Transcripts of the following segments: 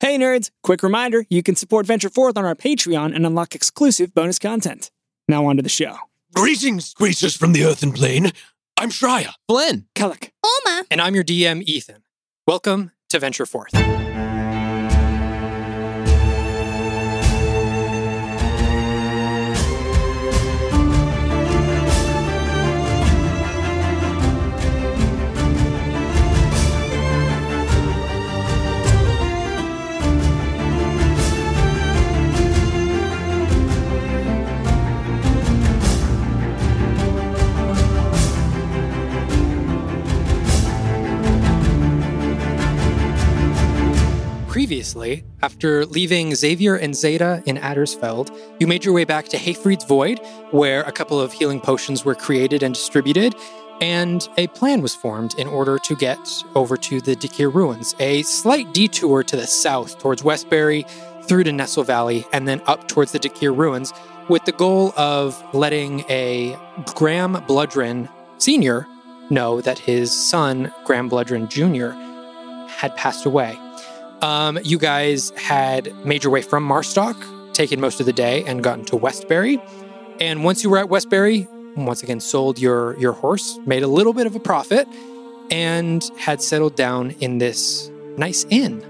Hey nerds, quick reminder, you can support Venture Forth on our Patreon and unlock exclusive bonus content. Now on to the show. Greetings, greasers from the earthen plane. I'm Shreya. Blinn. Kellic. Oma. And I'm your DM, Ethan. Welcome to Venture Forth. Previously, after leaving Xavier and Zeta in Addersfeld, you made your way back to Hayfried's Void, where a couple of healing potions were created and distributed, and a plan was formed in order to get over to the Dekir Ruins, a slight detour to the south towards Westbury, through to Nestle Valley, and then up towards the Dekir Ruins, with the goal of letting a Graham Bludren Sr. know that his son, Graham Bludren Jr., had passed away. Um, you guys had made your way from Marstock, taken most of the day, and gotten to Westbury. And once you were at Westbury, once again sold your your horse, made a little bit of a profit, and had settled down in this nice inn.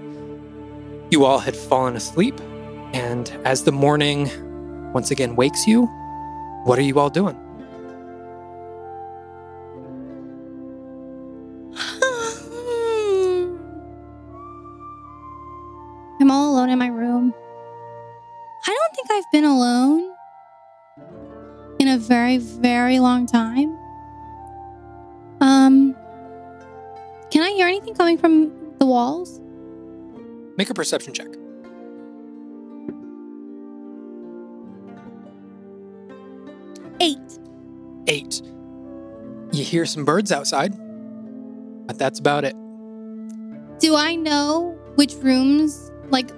You all had fallen asleep, and as the morning once again wakes you, what are you all doing? I'm all alone in my room. I don't think I've been alone in a very, very long time. Um, can I hear anything coming from the walls? Make a perception check. Eight. Eight. You hear some birds outside, but that's about it. Do I know which rooms, like,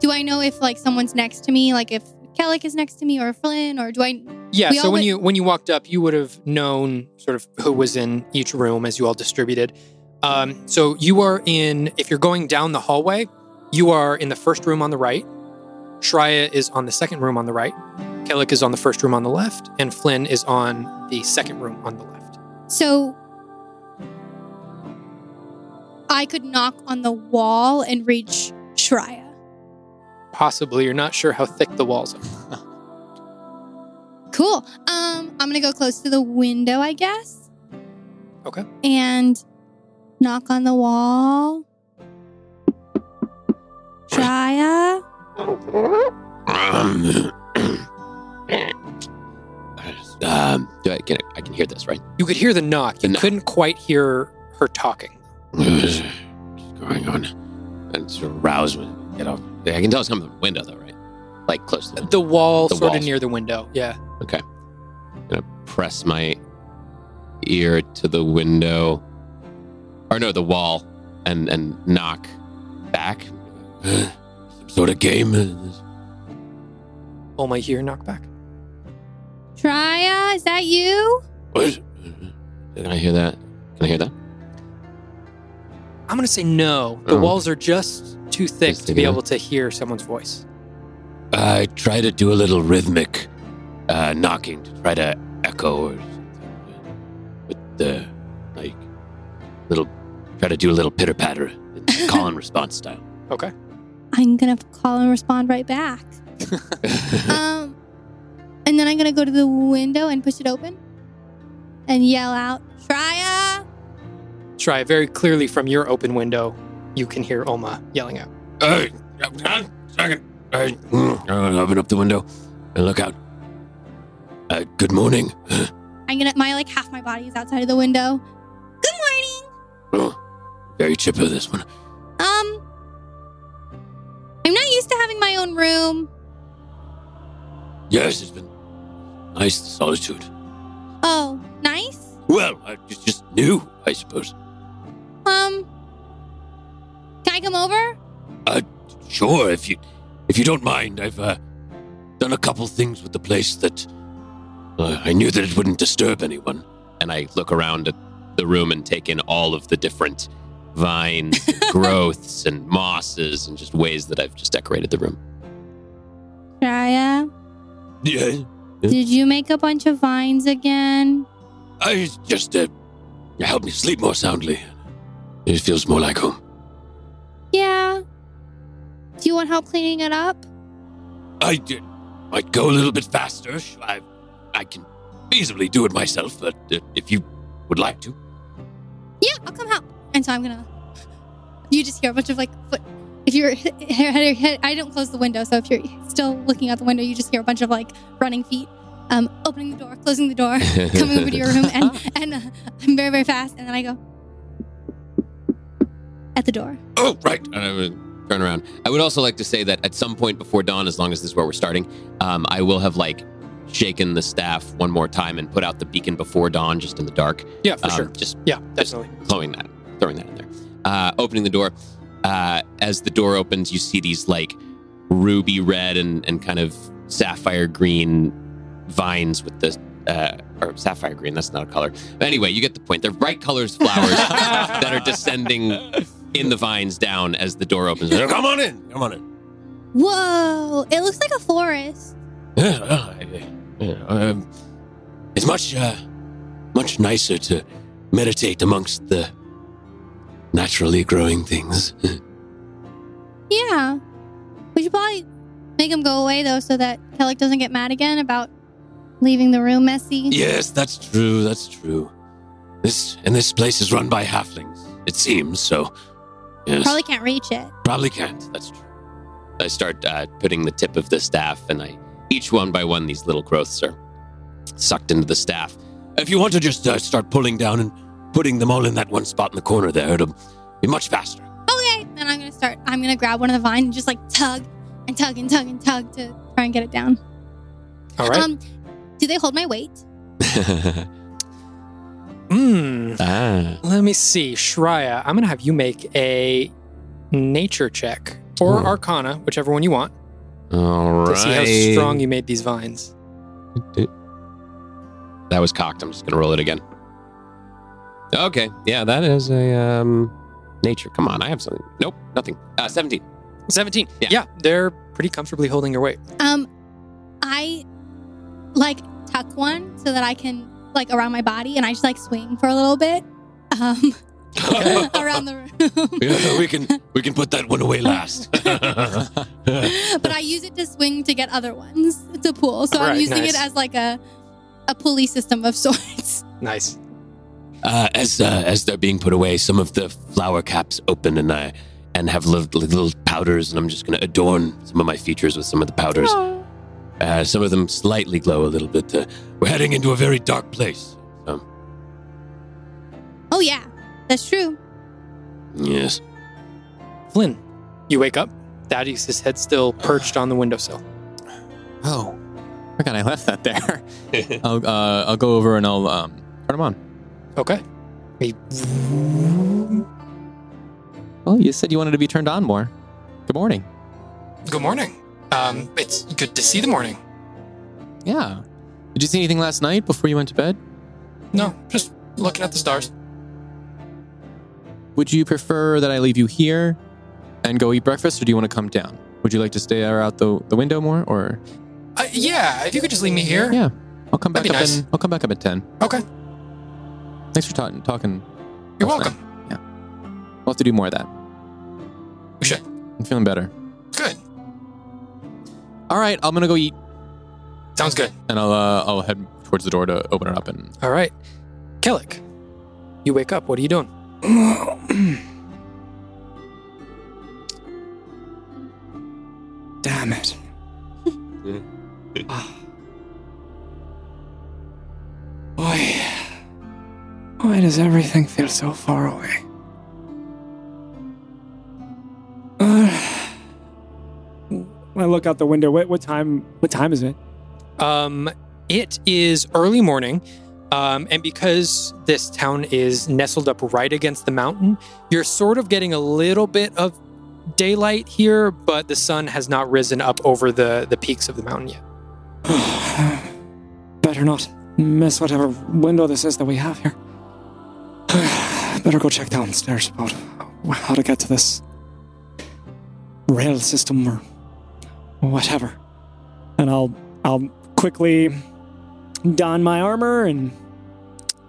do I know if, like, someone's next to me? Like, if Kellic is next to me or Flynn, or do I? Yeah, We so all when went- you when you walked up, you would have known sort of who was in each room as you all distributed. Um, so you are in. If you're going down the hallway, you are in the first room on the right. Shreya is on the second room on the right. Kellic is on the first room on the left, and Flynn is on the second room on the left. So I could knock on the wall and reach Shreya. Possibly, you're not sure how thick the walls are. Cool. Um, I'm gonna go close to the window, I guess. Okay. And knock on the wall. Shia. Um, um, do I can I can hear this, right? You could hear the knock. You The knock. couldn't quite hear her talking. What's going on? And sort of rouse me. Get off. I can tell it's coming from the window, though, right? Like close to the The wall The sort of walls. near the window. Yeah. press my ear to the window or no the wall and and knock back some sort of game Oh my, hear knock back. Shia, is that you? what can i hear that can i hear that I'm gonna say no. The Oh. walls are just too thick Just to be thinking. able to hear someone's voice. i try to do a little rhythmic uh knocking to try to echo or with the like little try to do a little pitter patter call and response style I'm gonna call and respond right back. um, and then I'm gonna go to the window and push it open, and yell out, Shia. Try very clearly from your open window, you can hear Oma yelling out. Hey, uh, second. Hey, mm, uh, open up the window and look out. Uh, good morning. I'm gonna my like half my body is outside of the window. Good morning. Oh, very chipper this one. Um, I'm not used to having my own room. Yes, it's been nice solitude. Oh, nice. Well, I just, just new, I suppose. Um, can I come over? Sure, if you if you don't mind, I've uh, done a couple things with the place that uh, I knew that it wouldn't disturb anyone. And I look around at the room and take in all of the different vines, and growths, and mosses, and just ways that I've just decorated the room. Raya, Yeah, did you make a bunch of vines again? I just uh, help me sleep more soundly. It feels more like home. Yeah. Do you want help cleaning it up? I did, might go a little bit faster. Sh- I, I can feasibly do it myself, but uh, if you would like to, Yeah, I'll come help. And so I'm gonna. You just hear a bunch of like foot. If you're head, head, I don't close the window, so if you're still looking out the window, you just hear a bunch of like running feet, um, opening the door, closing the door, coming over to your room, and and uh, I'm very very fast, and then I go at the door. Oh, right. And I would turn around. I would also like to say that at some point before dawn, as long as this is where we're starting, um, I will have like shaken the staff one more time and put out the beacon before dawn, just in the dark. Yeah, for Um, sure. Just Yeah, definitely. throwing that, throwing that in there. Uh, opening the door. Uh, as the door opens, you see these like ruby red and, and kind of sapphire green vines with the uh, or sapphire green. That's not a color. But anyway, you get the point. They're bright colors, flowers that are descending in the vines down as the door opens. Come on in. Come on in. Whoa! It looks like a forest. Yeah, well, I- yeah, um, it's much, uh, much nicer to meditate amongst the naturally growing things. Yeah. We should probably make him go away though, so that Kellic doesn't get mad again about leaving the room messy. Yes, that's true. That's true. This and this place is run by halflings. It seems so. Yes, Probably can't reach it. probably can't. That's true. I start uh, putting the tip of the staff, and I each one by one these little growths are sucked into the staff. If you want to just uh, start pulling down and putting them all in that one spot in the corner there, it'll be much faster. okay and i'm gonna start i'm gonna grab one of the vines and just like tug and tug and tug and tug to try and get it down All right. um do they hold my weight Hmm. ah. Let me see. Shreya, I'm going to have you make a nature check or Ooh. arcana, whichever one you want, All to right. see how strong you made these vines. That was cocked. I'm just gonna roll it again. Okay, yeah, that is a um, nature. Come on, I have something. Nope, nothing. Uh, Seventeen. 17. Yeah. they're pretty comfortably holding your weight. um i like tuck one so that i can like around my body and i just like swing for a little bit um around the room Yeah, we can we can put that one away last. but i use it to swing to get other ones it's a pool so i'm Right, using nice. it as like a a pulley system of sorts Nice. uh, as uh, as they're being put away, some of the flower caps open and I and have little, little powders, and I'm just gonna adorn some of my features with some of the powders. Oh. Uh, some of them slightly glow a little bit. Uh, we're heading into a very dark place. oh yeah that's true Yes. Flynn, you wake up. Daddy's his head still perched on the windowsill. Oh, forgot I left that there. I'll uh, I'll go over and I'll um, turn them on. Okay. He Well, you said you wanted to be turned on more. Good morning. Good morning. Um, it's good to see the morning. Yeah. Did you see anything last night before you went to bed? No, just looking at the stars. Would you prefer that I leave you here and go eat breakfast, or do you want to come down? Would you like to stay out the, the window more, or Uh, yeah, if you could just leave me here. yeah? I'll come back That'd up. be nice. In, I'll come back up at ten. Okay. Thanks for talking. Talking. You're last night. welcome. We'll have to do more of that. We should. I'm feeling better. Good. All right, I'm gonna go eat, Sounds good. and I'll uh, I'll head towards the door to open it up and All right. Kellic, you wake up. What are you doing? Damn it. Ah. Why? Why does everything feel so far away? Ah. when I look out the window, what, what time? What time is it? Um, it is early morning, um, and because this town is nestled up right against the mountain, you're sort of getting a little bit of daylight here, but the sun has not risen up over the the peaks of the mountain yet. Better not miss whatever window this is that we have here. Better go check downstairs about how to get to this rail system or whatever. And I'll I'll quickly don my armor and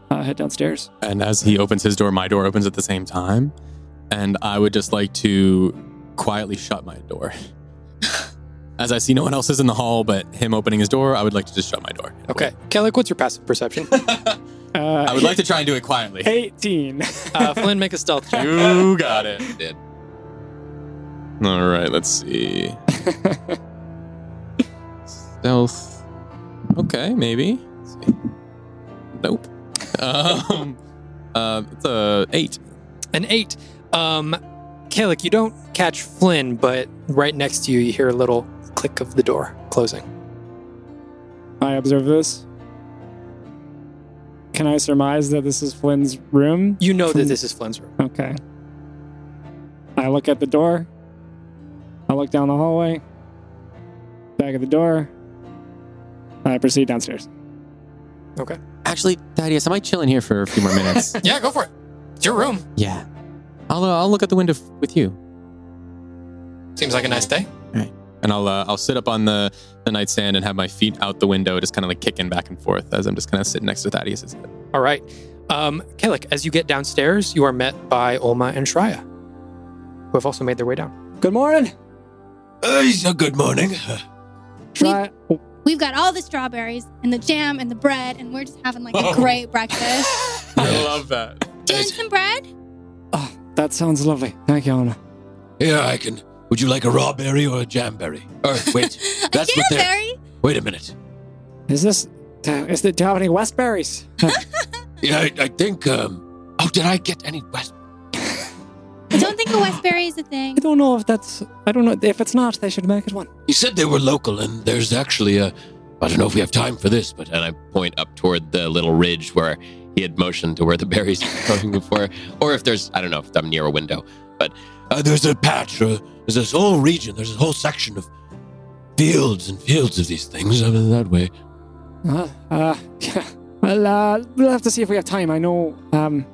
uh, head downstairs. And as he opens his door, my door opens at the same time. And I would just like to quietly shut my door. as I see no one else is in the hall but him opening his door, I would like to just shut my door. Okay. Kellic, what's your passive perception? Uh, I would like to try and do it quietly. 18. Uh, Flynn, make a stealth check. You got it. All right, let's see. Stealth. Okay, maybe. Let's see. Nope. Um, uh, it's a eight. An eight. Um, Kellic, you don't catch Flynn, but right next to you, you hear a little click of the door closing. I observe this. Can I surmise that this is Flynn's room? You know that this is Flynn's room. Okay. I look at the door. I look down the hallway. Back at the door. I proceed downstairs. Actually, Thaddeus, I might chill in here for a few more minutes. Yeah, go for it. It's your room. yeah. I'll, uh, I'll look at the window f- with you. Seems like a nice day. And I'll, uh, I'll sit up on the, the nightstand and have my feet out the window, just kind of like kicking back and forth as I'm just kind of sitting next to Thaddeus's head. All right. Um, Kellic, as you get downstairs, you are met by Olma and Shreya, who have also made their way down. Good morning. Uh, it's a good morning. Try. We've got all the strawberries and the jam and the bread, and we're just having like a great breakfast. I love that. Do you want some bread? Oh, that sounds lovely. Thank you, Anna. Here, I can. Would you like a raw berry or a jam berry? Or wait, A That's what they're- jamberry? wait a minute. Is this. Uh, is the, do you have any Westberries? Yeah, I, I think. um... Oh, did I get any West? I don't think a Westberry is a thing. I don't know if that's. I don't know. If it's not, they should make it one. He said they were local, and there's actually a. I don't know if we have time for this, but and I point up toward the little ridge where he had motioned to where the berries were growing before, or if there's I don't know if I'm near a window. uh, there's a patch. Uh, there's this whole region. There's this whole section of fields and fields of these things. I mean, that way. Uh, uh, yeah. Well, uh, we'll have to see if we have time. I know, um,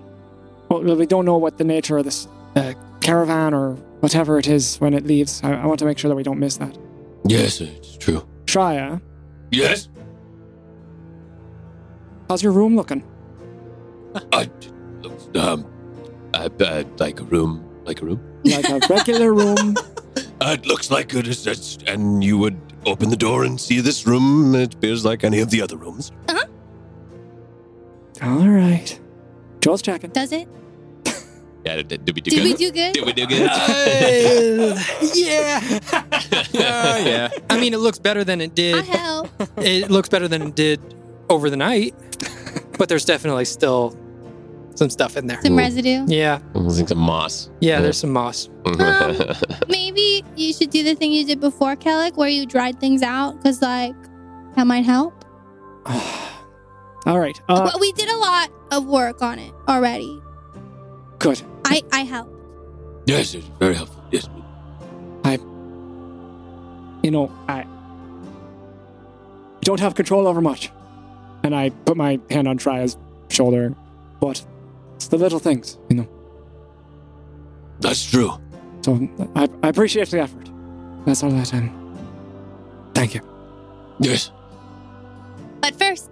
well, we don't know what the nature of this uh, caravan or whatever it is when it leaves. I, I want to make sure that we don't miss that. Yes, uh, it's true. Shia, Yes. how's your room looking? I, um, I, uh, like a room, like a room. Like a regular room. Uh, it looks like it is, it's, and you would open the door and see this room. It appears like any of the other rooms. All right. Joel's checking. Does it? Yeah, did, did we do Did we good? do good? did we do good? yeah. yeah. I mean, it looks better than it I did. help. It looks better than it did over the night, but there's definitely still some stuff in there. Some residue. Yeah. Almost like some moss. Yeah, there's some moss. Um, Maybe you should do the thing you did before, Kellic, where you dried things out, because like that might help. All right. Uh, but we did a lot of work on it already. good. I I helped. Yes, it's very helpful. Yes. You know, I don't have control over much. And I put my hand on Shia's shoulder, but it's the little things, you know. That's true. So I, I appreciate the effort. That's all that um Thank you. Yes. But first,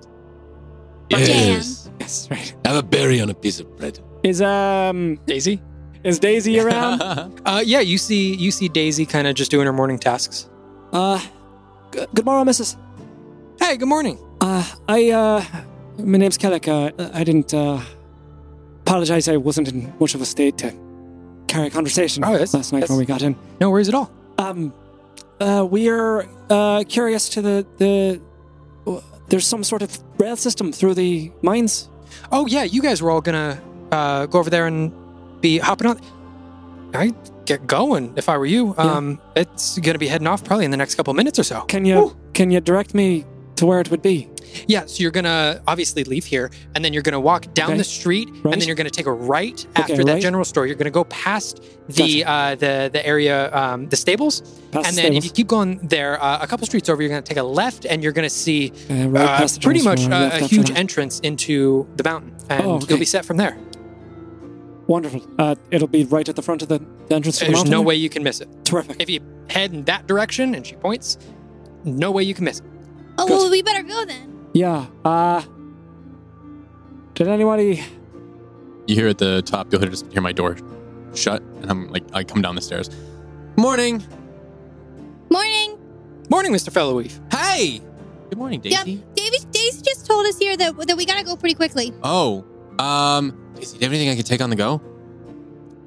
Yes. Yes, right. Have a berry on a piece of bread. Is um Daisy? is Daisy around? Uh, yeah, you see you see Daisy kind of just doing her morning tasks. uh, g- good morrow, Mrs. Hey, good morning. Uh, I uh, my name's Kellick. Uh, I didn't uh, apologize. I wasn't in much of a state to carry a conversation Oh, that's- last night that's- when we got in. No worries at all. Um, uh, we are uh curious to the the. There's some sort of rail system through the mines. Oh yeah, you guys were all gonna uh, go over there and be hopping on. I'd get going if I were you. Yeah. Um, it's gonna be heading off probably in the next couple minutes or so. Can you can you direct me to where it would be? Yeah, so you're gonna obviously leave here, and then you're gonna walk down Okay. the street, Right. and then you're gonna take a right Okay, after that right. general store. You're gonna go past the uh, the the area, um, the stables, Past and the then if stables. you keep going there, uh, a couple streets over, you're gonna take a left, and you're gonna see Uh, right uh, past the pretty general much store, a, left a after huge that. entrance into the mountain, and Oh, okay. you'll be set from there. Wonderful. Uh, it'll be right at the front of the, the entrance to the There's mountain. no way you can miss it. Terrific. If you head in that direction and she points, no way you can miss it. Oh, Good. well, we better go then. Yeah. Uh, did anybody? You hear at the top, you'll hear, just hear my door shut, and I'm like, I come down the stairs. Morning. Morning. Morning, Mr. Fellowweave. Hey. Good morning, Daisy. Davy, Daisy just told us here that, that we gotta go pretty quickly. Uh. Oh, um, Daisy, do you have anything I can take on the go?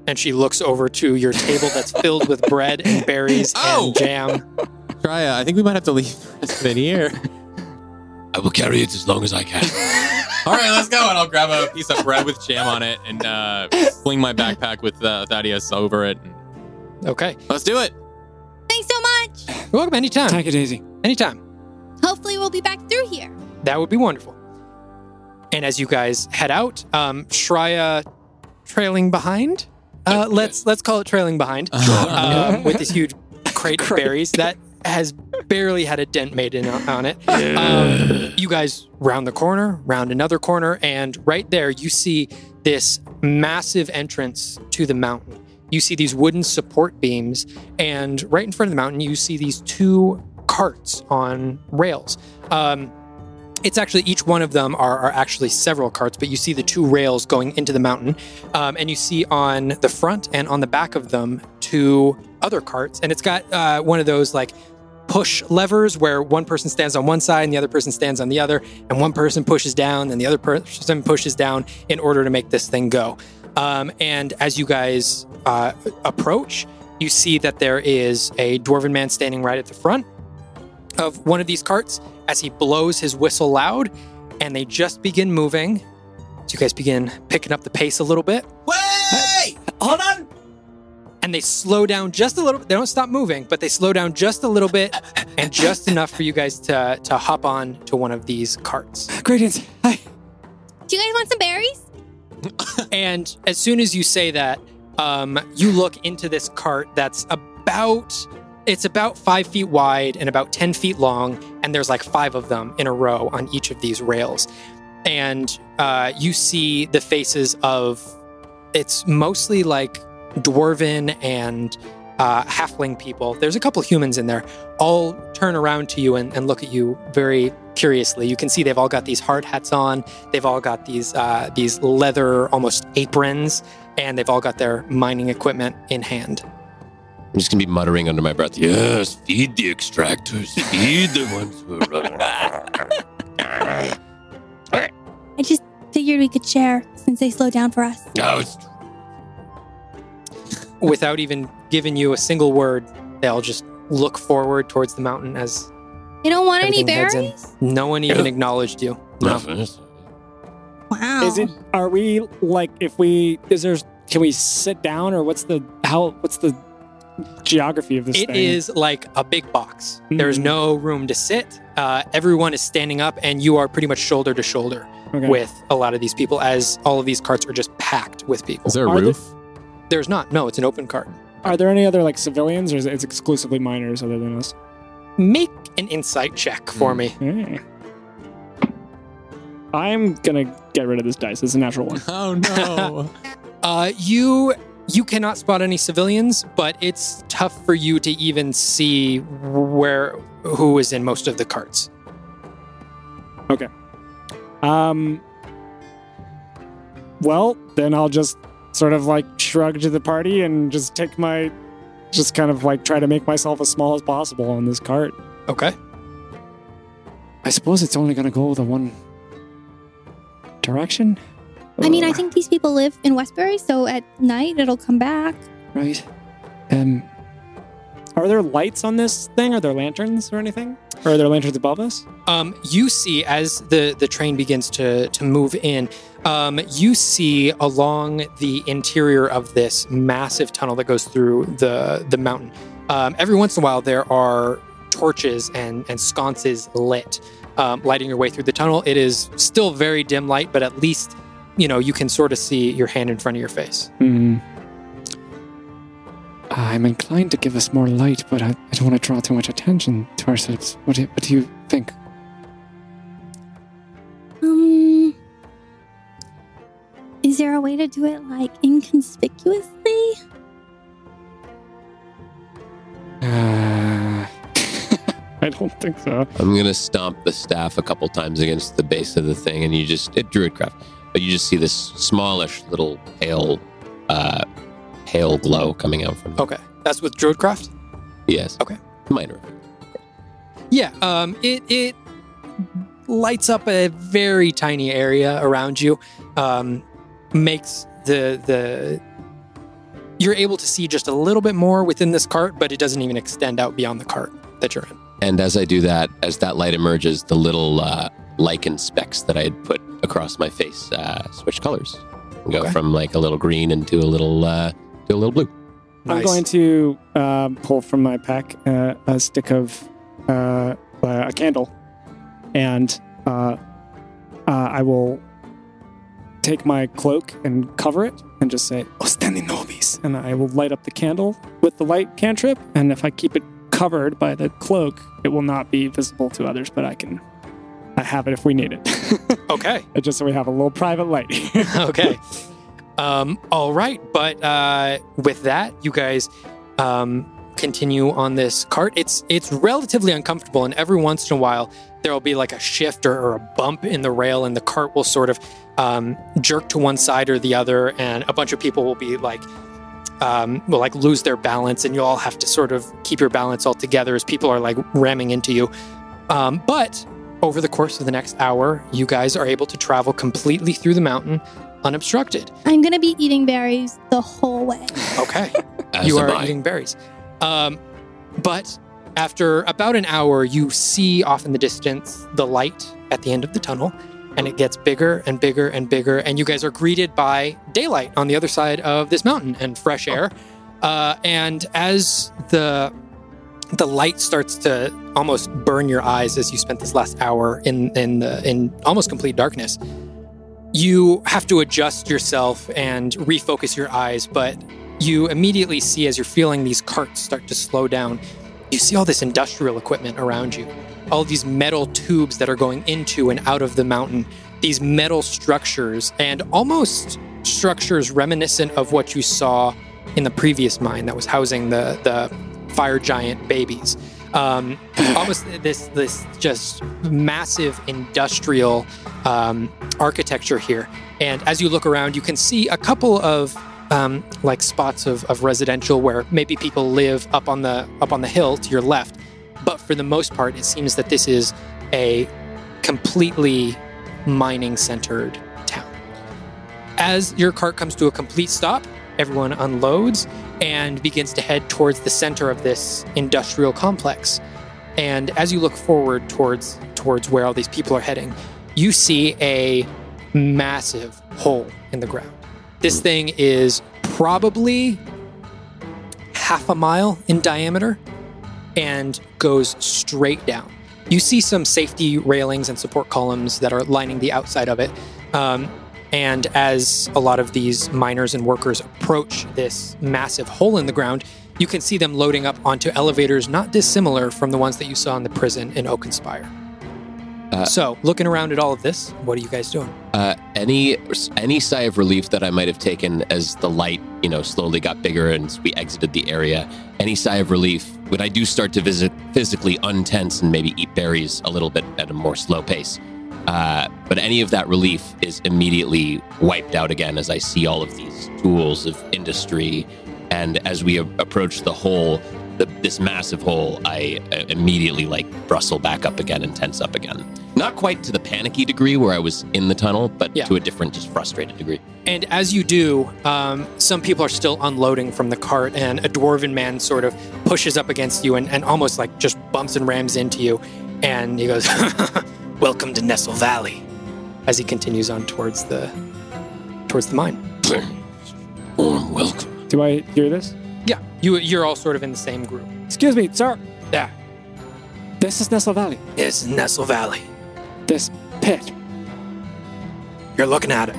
And she looks over to your table that's filled with bread and berries Oh! and jam. Try. Uh, I think we might have to leave the rest of it here. I will carry it as long as I can. All right, let's go. And I'll grab a piece of bread with jam on it and uh, fling my backpack with uh, Thaddeus over it. And Okay. let's do it. Thanks so much. You're welcome anytime. Thank you, Daisy. Anytime. Hopefully, we'll be back through here. That would be wonderful. And as you guys head out, um, Shreya trailing behind. Uh, let's let's call it trailing behind. um, with this huge crate of berries that has barely had a dent made in uh, on it. Um, you guys round the corner, round another corner, and right there you see this massive entrance to the mountain. You see these wooden support beams, and right in front of the mountain you see these two carts on rails. Um, it's actually each one of them are, are actually several carts, but you see the two rails going into the mountain, um, and you see on the front and on the back of them two other carts, and it's got uh, one of those like push levers where one person stands on one side and the other person stands on the other, and one person pushes down and the other person pushes down in order to make this thing go. Um, and as you guys uh, approach, you see that there is a dwarven man standing right at the front of one of these carts as he blows his whistle loud, and they just begin moving. So you guys begin picking up the pace a little bit. Way! Hold on. and they slow down just a little bit. They don't stop moving, but they slow down just a little bit and just enough for you guys to to hop on to one of these carts. Greetings. Hi. Do you guys want some berries? And as soon as you say that, um, you look into this cart that's about it's about five feet wide and about ten feet long, and there's like five of them in a row on each of these rails. And uh, you see the faces of it's mostly like dwarven and uh, halfling people. There's a couple humans in there. All turn around to you and, and look at you very curiously. You can see they've all got these hard hats on. They've all got these uh, these leather almost aprons, and they've all got their mining equipment in hand. I'm just gonna be muttering under my breath. yes, feed the extractors. Feed the ones who are running. I just figured we could share since they slowed down for us. Oh, it's Without even giving you a single word, they all just look forward towards the mountain as You don't want any Everything heads in. berries? no one even acknowledged you. nothing. Wow. Is it? Are we like? If we is there? Can we sit down or what's the how? What's the geography of this It thing? is like a big box. There is Mhm. no room to sit. Uh, everyone is standing up, and you are pretty much shoulder to shoulder Okay. with a lot of these people, as all of these carts are just packed with people. Is there a Are there- roof? There's not. No, it's an open cart. Are there any other like civilians or is it it's exclusively miners other than us? Make an insight check for me. Yeah. I'm gonna get rid of this dice. It's a natural one. Oh no. Uh, you you cannot spot any civilians, but it's tough for you to even see where who is in most of the carts. Um. Well, then I'll just sort of like shrug to the party and just take my, just kind of like try to make myself as small as possible on this cart. Okay. I suppose it's only gonna go the one direction. I mean, I think these people live in Westbury, so at night it'll come back. right. Um. Are there lights on this thing? Are there lanterns or anything? Or are there lanterns above us? Um, you see as the the train begins to to move in, um, you see along the interior of this massive tunnel that goes through the the mountain. Um, every once in a while, there are torches and and sconces lit, um, lighting your way through the tunnel. It is still very dim light, but at least you know you can sort of see your hand in front of your face. Hmm. Uh, I'm inclined to give us more light, but I, I don't want to draw too much attention to ourselves. What do, what do you think? Um, is Is there a way to do it like inconspicuously? Uh, I don't think so. I'm gonna stomp the staff a couple times against the base of the thing, and you just it druidcraft, but you just see this smallish little pale, uh, pale glow coming out from it. Okay. That's with Druidcraft? Oh. Yes. Okay. Minor. Yeah, um, it it lights up a very tiny area around you, um, makes the the you're able to see just a little bit more within this cart, but it doesn't even extend out beyond the cart that you're in. And as I do that, as that light emerges, the little uh, lichen specks that I had put across my face uh, switch colors, and go Okay. from like a little green into a little uh, to a little blue. I'm Nice. going to uh, pull from my pack uh, a stick of uh, uh, a candle, and uh, uh, I will take my cloak and cover it, and just say "Ostendi nobis," and I will light up the candle with the light cantrip. And if I keep it covered by the cloak, it will not be visible to others, but I can. I have it if we need it. Okay. just so we have a little private light. okay. Um, all right, but uh, with that, you guys um, continue on this cart. It's it's relatively uncomfortable, and every once in a while there'll be like a shift or, or a bump in the rail, and the cart will sort of um, jerk to one side or the other, and a bunch of people will be like. Um, will like lose their balance, and you all have to sort of keep your balance all together as people are like ramming into you. Um, but over the course of the next hour, you guys are able to travel completely through the mountain unobstructed. I'm gonna be eating berries the whole way. Okay. As you are am I. eating berries. Um, but after about an hour, you see off in the distance the light at the end of the tunnel, and it gets bigger and bigger and bigger. And you guys are greeted by daylight on the other side of this mountain and fresh air. Uh, and as the the light starts to almost burn your eyes as you spent this last hour in in the, in almost complete darkness, you have to adjust yourself and refocus your eyes. But you immediately see as you're feeling these carts start to slow down, you see all this industrial equipment around you, all these metal tubes that are going into and out of the mountain, these metal structures, and almost structures reminiscent of what you saw in the previous mine that was housing the the fire giant babies. Um, almost this this just massive industrial um, architecture here. And as you look around, you can see a couple of um, like spots of, of residential where maybe people live up on the up on the hill to your left. But for the most part, it seems that this is a completely mining centered town. As your cart comes to a complete stop, everyone unloads and begins to head towards the center of this industrial complex. And as you look forward towards towards where all these people are heading, you see a massive hole in the ground. This thing is probably half a mile in diameter and goes straight down. You see some safety railings and support columns that are lining the outside of it. Um, and as a lot of these miners and workers approach this massive hole in the ground, you can see them loading up onto elevators not dissimilar from the ones that you saw in the prison in Oakenspire. Uh, so, looking around at all of this, what are you guys doing? Uh, any any sigh of relief that I might have taken as the light, you know, slowly got bigger and as we exited the area. Any sigh of relief when I do start to visit physically untense and maybe eat berries a little bit at a more slow pace. Uh, but any of that relief is immediately wiped out again as I see all of these tools of industry, and as we a- approach the hole, the, this massive hole, I uh, immediately like rustle back up again and tense up again not quite to the panicky degree where I was in the tunnel, but Yeah. to a different, just frustrated degree. And as you do, um, some people are still unloading from the cart, and a dwarven man sort of pushes up against you and, and almost like just bumps and rams into you. And he goes, "Welcome to Nestle Valley," as he continues on towards the towards the mine. Warm welcome. Do I hear this? Yeah, you you're all sort of in the same group. Excuse me, sir. Yeah. This is Nestle Valley. It's Nestle Valley. This pit. You're looking at it.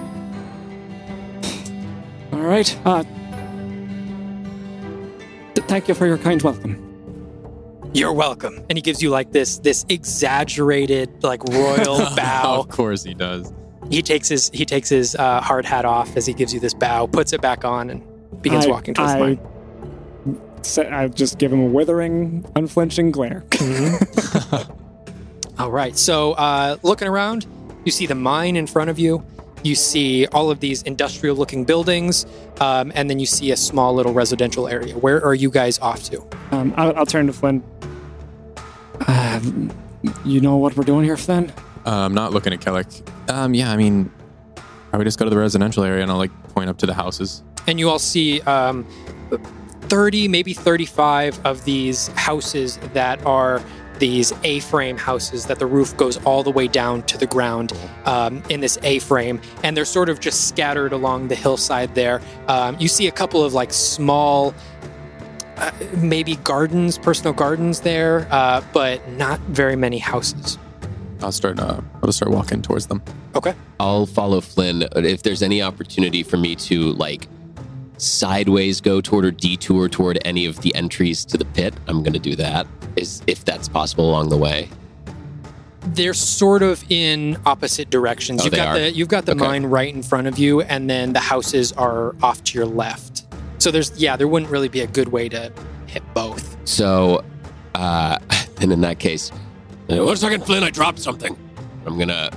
All right. Uh, th- thank you for your kind welcome. You're welcome. And he gives you like this this exaggerated like royal bow. of course he does. He takes his he takes his uh, hard hat off as he gives you this bow, puts it back on, and begins I- walking towards I- the mine. Sa- I just give him a withering, unflinching glare. All right. So, uh, looking around, you see the mine in front of you. You see all of these industrial looking buildings. Um, and then you see a small little residential area. Where are you guys off to? Um, I'll, I'll turn to Flynn. Uh, you know what we're doing here, Flynn? Uh, I'm not looking at Kellic. Um, yeah, I mean, I would just go to the residential area and I'll like point up to the houses. And you all see um, 30, maybe 35 of these houses that are these A frame houses that the roof goes all the way down to the ground um, in this A frame. And they're sort of just scattered along the hillside there. Um, you see a couple of like small. Uh, maybe gardens, personal gardens there, uh, but not very many houses. I'll start. Uh, I'll just start walking towards them. I'll follow Flynn. If there's any opportunity for me to like sideways go toward or detour toward any of the entries to the pit, I'm gonna do that. Is if that's possible along the way. they're sort of in opposite directions. Oh, you've they got are? the you've got the Okay. mine right in front of you, and then the houses are off to your left. So there's yeah, there wouldn't really be a good way to hit both. So uh then in that case, uh, one second, Flynn, I dropped something. I'm gonna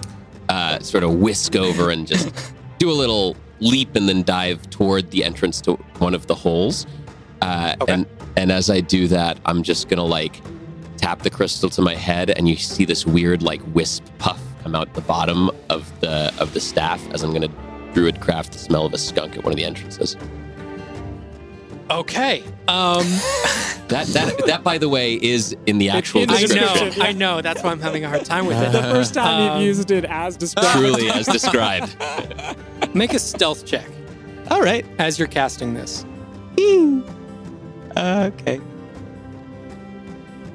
uh sort of whisk over and just do a little leap and then dive toward the entrance to one of the holes. Uh Okay. and and as I do that, I'm just gonna like tap the crystal to my head and you see this weird like wisp puff come out the bottom of the of the staff as I'm gonna druid craft the smell of a skunk at one of the entrances. Okay. Um, That that that by the way is in the actual in the I description. know, I know. That's why I'm having a hard time with The it. first time Um, you've used it as described. truly as described. Make a stealth check All right. as you're casting this. Uh, okay.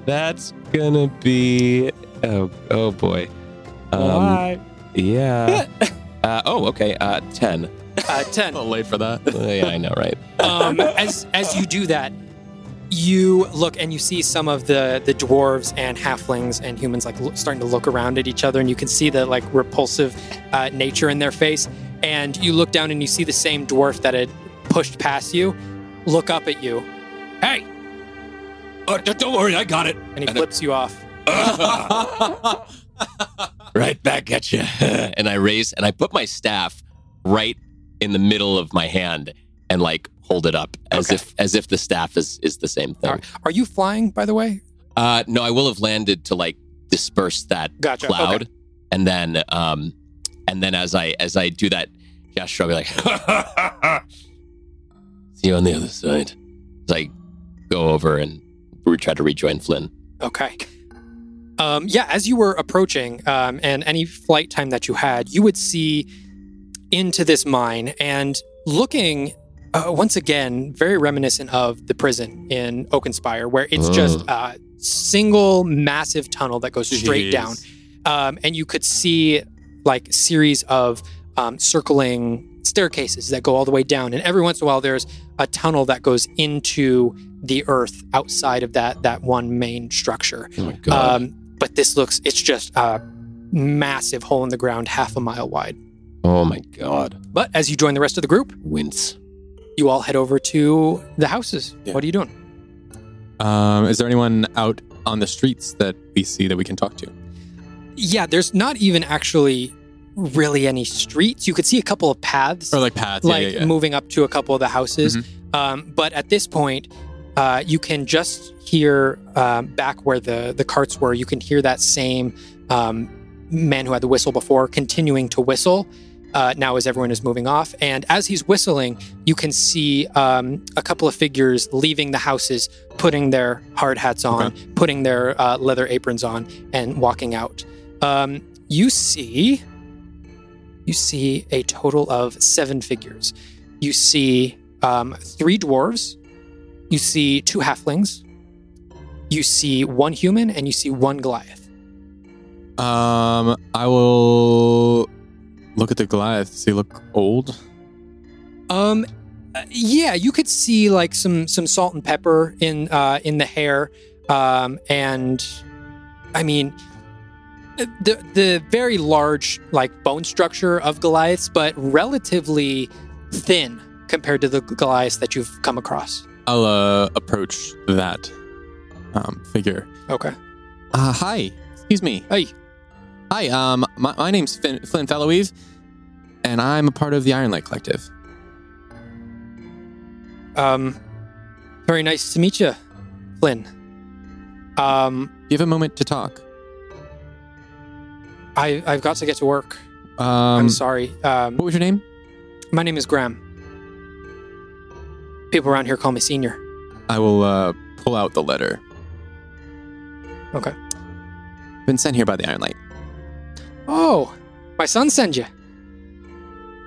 That's gonna be. Oh, oh boy. um, Um, Why? Yeah. uh, oh, okay. Uh, ten. Uh, Ten. late for that. Uh, yeah, I know, right? um, as as you do that, you look and you see some of the the dwarves and halflings and humans like lo- starting to look around at each other, and you can see the like repulsive uh, nature in their face. And you look down and you see the same dwarf that had pushed past you look up at you, Hey! Oh, d- don't worry, I got it. and he flips you off. Right back at you. and I raise and I put my staff right in the middle of my hand and like hold it up as Okay. if as if the staff is is the same thing. Are, are you flying, by the way? Uh, no, I will have landed to like disperse that Gotcha. okay. cloud, and then um, and then as I as I do that gesture, I'll be like, "See you on the other side." As I go over and we try to rejoin Flynn. Okay. Um, yeah, as you were approaching, um, and any flight time that you had, you would see into this mine and looking uh, once again, very reminiscent of the prison in Oakenspire, where it's just a single massive tunnel that goes straight down um, and you could see like series of um, circling staircases that go all the way down and every once in a while there's a tunnel that goes into the earth outside of that that one main structure Oh my god! um, but this looks it's just a massive hole in the ground half a mile wide oh my god! but as you join the rest of the group Wince. you all head over to the houses Yeah. what are you doing Um, is there anyone out on the streets that we see that we can talk to? yeah there's not even actually really any streets you could see a couple of paths Or like paths? like yeah, yeah, Mm-hmm. yeah. moving up to a couple of the houses. Um, but at this point, uh, you can just hear um, back where the the carts were. You can hear that same um, man who had the whistle before continuing to whistle. Uh, now, as everyone is moving off, and as he's whistling, you can see um, a couple of figures leaving the houses, putting their hard hats on, putting their uh, leather aprons on, and walking out. Um, you see you see a total of seven figures. You see um, three dwarves, you see two halflings, you see one human, and you see one Goliath. Um, I will look at the Goliath. Does he look old? Um, uh, yeah, you could see like some some salt and pepper in uh, in the hair, um, and I mean, the the very large like bone structure of Goliaths, but relatively thin compared to the Goliaths that you've come across. I'll uh, approach that um, figure. Okay. Uh, hi. Excuse me. Hey. Hi. Um, my, my name's Finn, Flynn Falloweve, and I'm a part of the Iron Light Collective. Um, very nice to meet you, Flynn. Um, Do you have a moment to talk? I I've got to get to work. Um, I'm sorry. Um, What was your name? my name is Graham. People around here call me Senior. I will uh, pull out the letter. Okay. Been sent here by the Iron Light. Oh, my son sent you.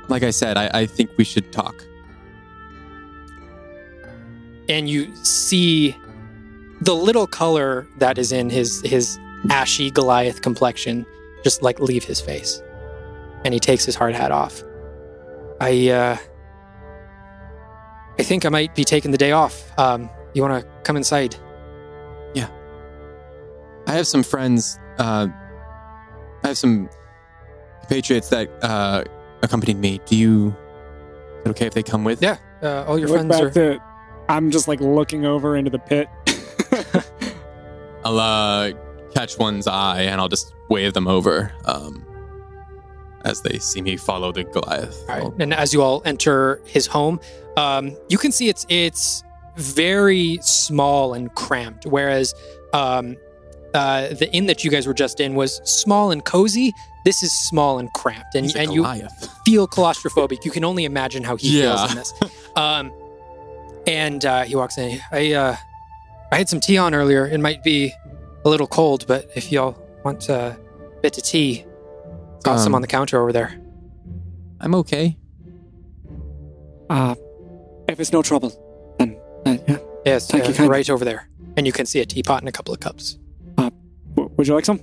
Like I said, I, I think we should talk. and you see the little color that is in his his ashy Goliath complexion just like leave his face, and he takes his hard hat off. I uh, I think I might be taking the day off. Um, you want to come inside? I have some friends. Uh, I have some compatriots that uh, accompanied me. Do you? Is it okay if they come with? Yeah. Uh, all your Look friends back are. to- I'm just like looking over into the pit. I'll uh, catch one's eye and I'll just wave them over um, as they see me follow the Goliath. All right. I'll- And as you all enter his home, um, you can see it's it's very small and cramped, whereas um, uh, the inn that you guys were just in was small and cozy. This is small and cramped, and He's a and you Goliath. feel claustrophobic. You can only imagine how he Yeah. feels in this. Um, and uh, he walks in. I uh, I had some tea on earlier. It might be a little cold, but if y'all want uh, a bit of tea, got some Um, on the counter over there. I'm okay. Uh, if it's no trouble, then uh, yeah. Yes, Thank uh, you kindly. right over there. And you can see a teapot and a couple of cups. W- would you like some?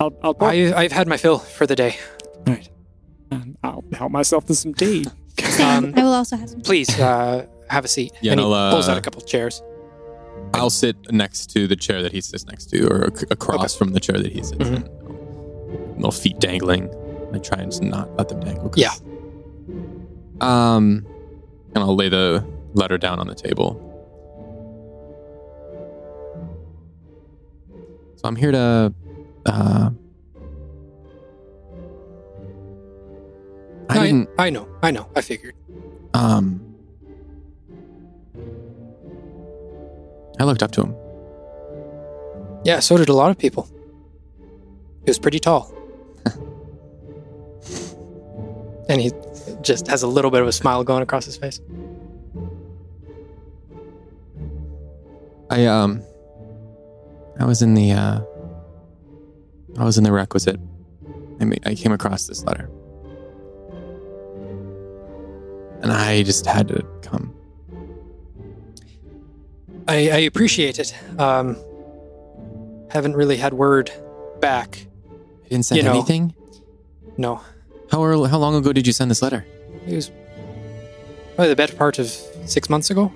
I'll, I'll pour. I, I've had my fill for the day. All right. Um, I'll help myself to some tea. Um, I will also have some. Please uh, have a seat. Yeah, and he and I'll, pulls uh, out a couple of chairs. I'll sit next to the chair that he sits next to, or ac- across from the chair that he sits in. Little feet dangling. I try and not let them dangle. 'cause- Yeah. Um, and I'll lay the letter down on the table. So I'm here to. Uh, I didn't. I know. I know. I figured. Um, I looked up to him. Yeah, so did a lot of people. He was pretty tall. and he just has a little bit of a smile going across his face. I um I was in the uh I was in the requisite. I mean, I came across this letter. And I just had to come. I, I appreciate it. Um, haven't really had word back. I didn't send You know. anything. No. How early, how long ago did you send this letter? It was probably the better part of six months ago.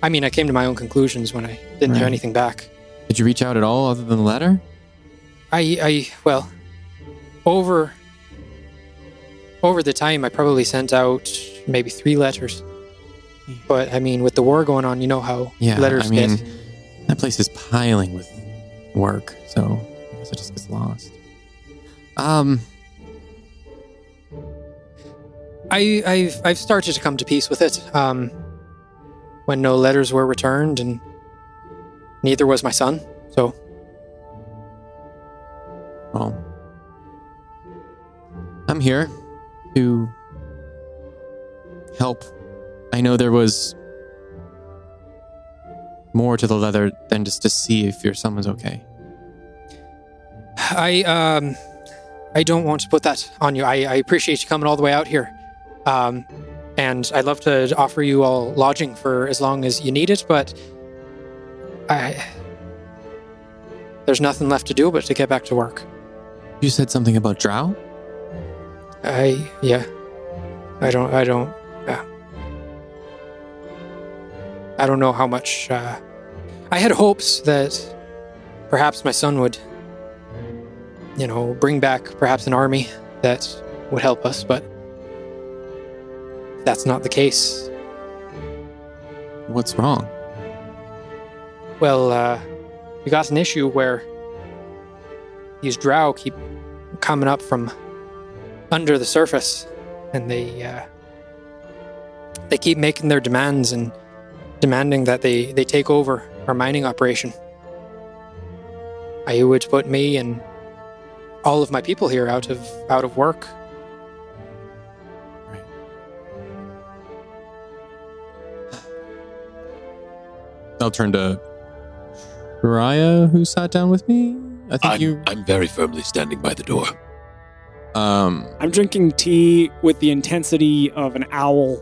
I mean, I came to my own conclusions when I didn't Right. hear anything back. Did you reach out at all other than the letter? I, I, well, over, over the time, I probably sent out maybe three letters. But I mean, with the war going on, you know how Yeah, letters I mean, get. that place is piling with work, so I guess it just gets lost. Um, I, I've, I've started to come to peace with it. Um, when no letters were returned, and neither was my son. So Well, I'm here to help. I know there was more to the leather than just to see if your son was okay. I um I don't want to put that on you. I, I appreciate you coming all the way out here. Um and I'd love to offer you all lodging for as long as you need it, but I there's nothing left to do but to get back to work. You said something about drow? I yeah. I don't I don't uh, yeah. I don't know how much uh I had hopes that Perhaps my son would, you know, bring back perhaps an army that would help us, but that's not the case. What's wrong? Well, uh, we got an issue where these drow keep coming up from under the surface, and they uh, they keep making their demands and demanding that they they take over our mining operation. I would put me and all of my people here out of out of work. I'll turn to Raya, who sat down with me. I think I'm, you. I'm very firmly standing by the door. Um, I'm drinking tea with the intensity of an owl,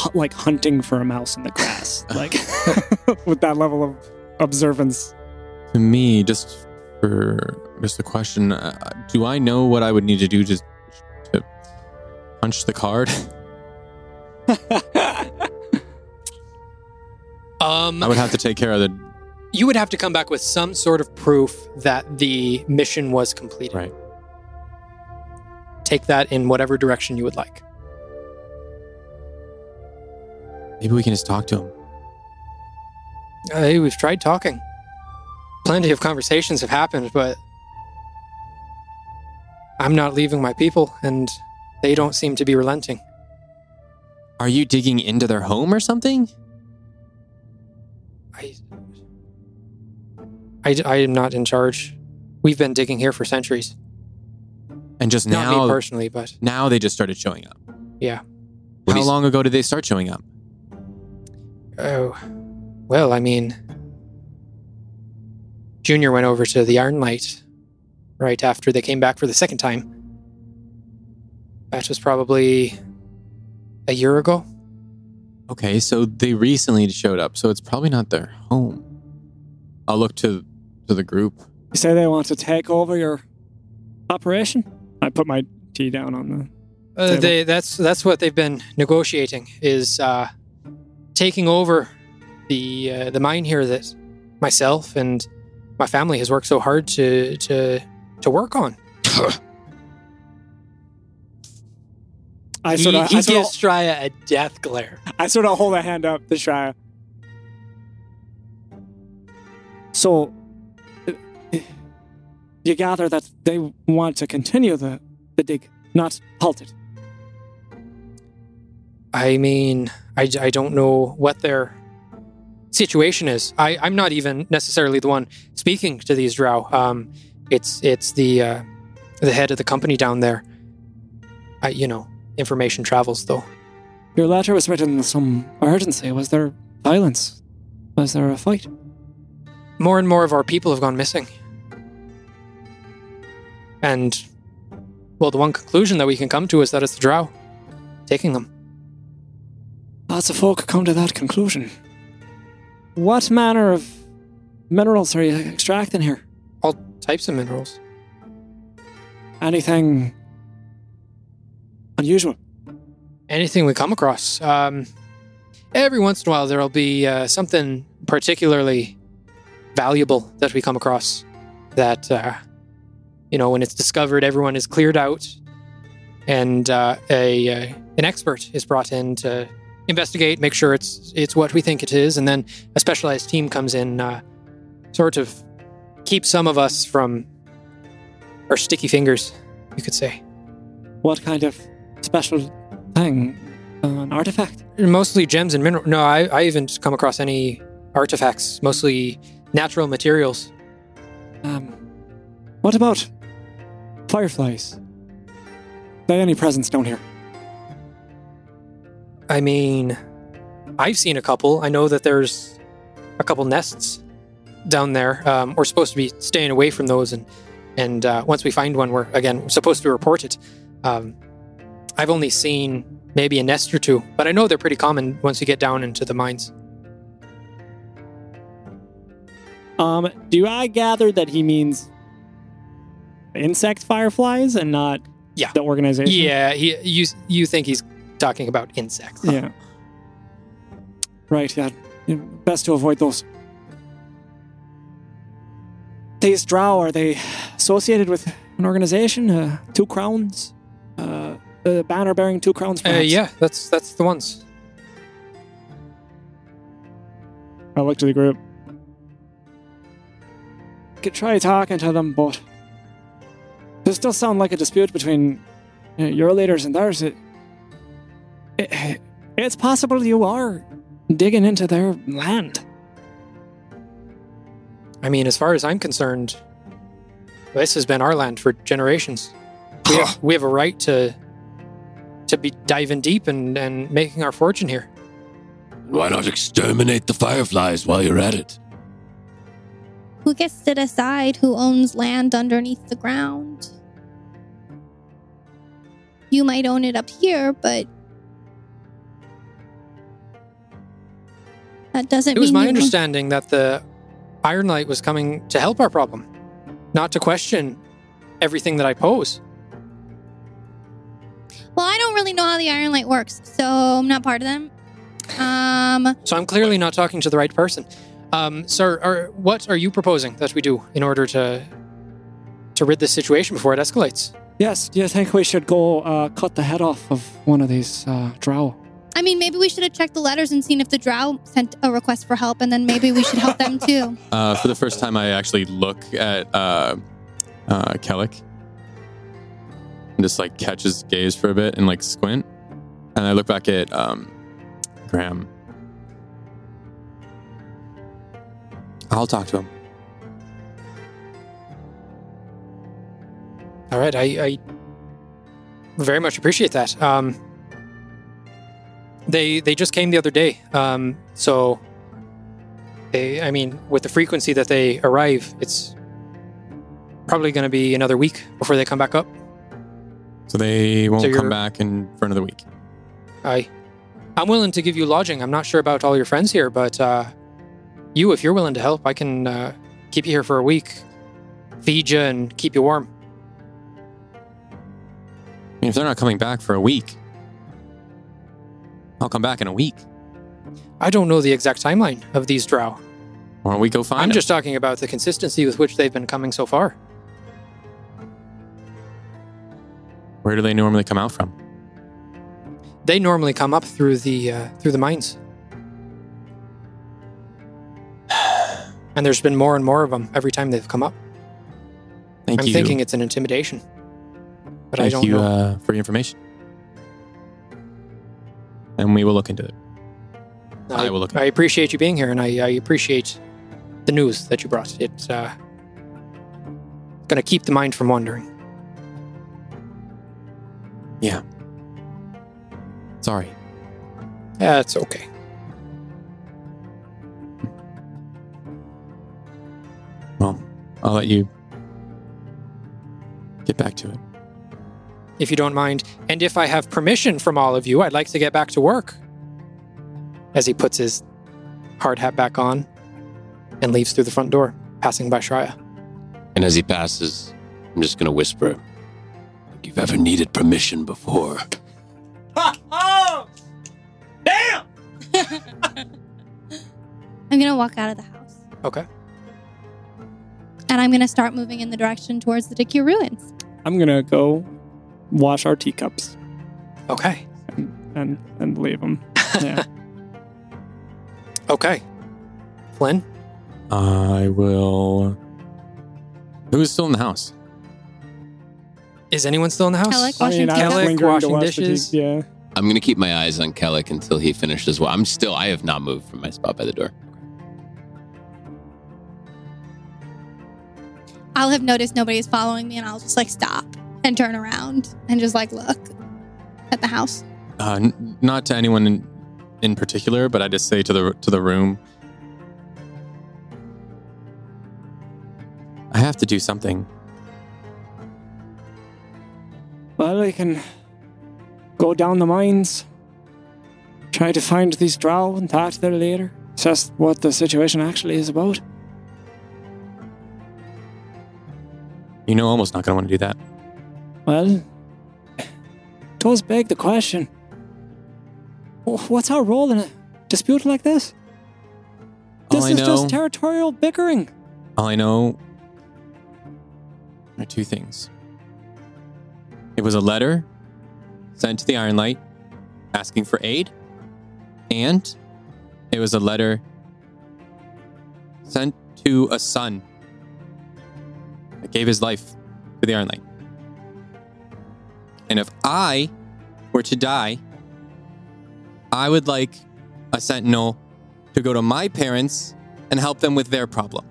hu- like hunting for a mouse in the grass, like with that level of observance. to me, just for just a question, uh, do I know what I would need to do just to punch the card? Um, I would have to take care of the. you would have to come back with some sort of proof that the mission was completed. Right. Take that in whatever direction you would like. Maybe we can just talk to him. Uh, hey, we've tried talking. Plenty of conversations have happened, but I'm not leaving my people, and they don't seem to be relenting. Are you digging into their home or something? I, I, I am not in charge. We've been digging here for centuries. And just not me now, personally, but now they just started showing up. Yeah. How long ago did they start showing up? Oh, well, I mean, Junior went over to the Iron Light right after they came back for the second time. That was probably a year ago. Okay, so they recently showed up, so it's probably not their home. I'll look to to the group. You say they want to take over your operation? I put my tea down on the. Uh, Table. they, that's that's what they've been negotiating is uh, taking over the uh, the mine here that myself and my family has worked so hard to to to work on. I sort of, he I he sort gives of, Straya a death glare. I sort of hold a hand up to Shia. So, uh, you gather that they want to continue the the dig, not halt it. I mean, I, I don't know what their situation is. I, I'm not even necessarily the one speaking to these drow. Um, it's it's the uh, the head of the company down there. I you know information travels though. Your letter was written with some urgency. Was there violence? Was there a fight? More and more of our people have gone missing, and well, the one conclusion that we can come to is that it's the drow taking them. Lots of folk come to that conclusion. What manner of minerals are you extracting here? All types of minerals. Anything unusual? anything we come across. Um, every once in a while, there'll be uh, something particularly valuable that we come across. That uh, you know, when it's discovered, everyone is cleared out, and uh, a uh, an expert is brought in to investigate, make sure it's it's what we think it is, and then a specialized team comes in, uh, sort of keep some of us from our sticky fingers, you could say. What kind of special thing? uh, An artifact? mostly gems and mineral. No, I, I haven't come across any artifacts. Mostly natural materials. Um, what about fireflies? They any presence down here? I mean, I've seen a couple. I know that there's a couple nests down there. Um, we're supposed to be staying away from those, and and uh, once we find one, we're again supposed to report it. Um, I've only seen maybe a nest or two, but I know they're pretty common once you get down into the mines. Um, do I gather that he means insect fireflies and not Yeah. the organization? Yeah, he, you you think he's talking about insects? Yeah. Right, yeah. Yeah, Best to avoid those. these drow are they associated with an organization? Uh, two crowns, uh, a banner bearing two crowns. Uh, perhaps? yeah, that's that's the ones. I look to the group. Could try talking to them, but this does sound like a dispute between uh, your leaders and theirs. It, it, it's possible you are digging into their land. I mean, as far as I'm concerned, this has been our land for generations. We have, we have a right to to be diving deep and, and making our fortune here. Why not exterminate the fireflies while you're at it? Who gets to decide who owns land underneath the ground? You might own it up here, but that doesn't It was mean my you understanding that the Iron Light was coming to help our problem, not to question everything that I pose. Well, I don't really know how the Iron Light works, so I'm not part of them. Um, So I'm clearly not talking to the right person. Um, sir, are, what are you proposing that we do in order to to rid this situation before it escalates? Yes, do you think we should go uh, cut the head off of one of these uh, drow? I mean, maybe we should have checked the letters and seen if the Drow sent a request for help, and then maybe we should help them too. Uh, for the first time, I actually look at uh, uh, Kellic and just like catch his gaze for a bit and like squint. And I look back at um, Graham. I'll talk to him. All right, I, I very much appreciate that. Um, they they just came the other day, um, so they I mean with the frequency that they arrive, it's probably going to be another week before they come back up. So they won't So you're- come back in for another week. I I'm willing to give you lodging. I'm not sure about all your friends here, but uh, you, if you're willing to help, I can uh, keep you here for a week, feed you, and keep you warm. I mean, if they're not coming back for a week, I'll come back in a week. I don't know the exact timeline of these drow. Or we go find I'm him. just talking about the consistency with which they've been coming so far. Where do they normally come out from? They normally come up through the uh, through the mines, and there's been more and more of them every time they've come up. Thank I'm you. thinking it's an intimidation, but I Thank don't you know. Uh, for your information. And we will look into it. uh, I will look- I appreciate you being here, and I, I appreciate the news that you brought. It's uh, going to keep the mind from wandering. Sorry. That's okay. Well, I'll let you get back to it. if you don't mind. And if I have permission from all of you, I'd like to get back to work. As he puts his hard hat back on and leaves through the front door, passing by Shreya. And as he passes, I'm just going to whisper, If you've ever needed permission before, I'm gonna walk out of the house. Okay. And I'm gonna start moving in the direction towards the Dicky ruins. I'm gonna go wash our teacups Okay. and and leave them. Yeah. Okay. Flynn, I will. Who's still in the house? is anyone still in the house? Alec? I mean, I was Kellic, lingering to washing wash the dishes. tea- yeah. I'm going to keep my eyes on Kellic until he finishes well. I'm still, I have not moved from my spot by the door. I'll have noticed nobody's following me, and I'll just like stop and turn around and just like look at the house. Uh, n- not to anyone in, in particular, but I just say to the to the room. I have to do something. Well, I can go down the mines, try to find these drow and talk to their leader, assess what the situation actually is about. You know, almost not going to want to do that. Well, does beg the question wh- what's our role in a dispute like this? All This I is know- just territorial bickering. All I know are two things. It was a letter sent to the Iron Light asking for aid, and it was a letter sent to a son that gave his life to the Iron Light. And if I were to die, I would like a sentinel to go to my parents and help them with their problem.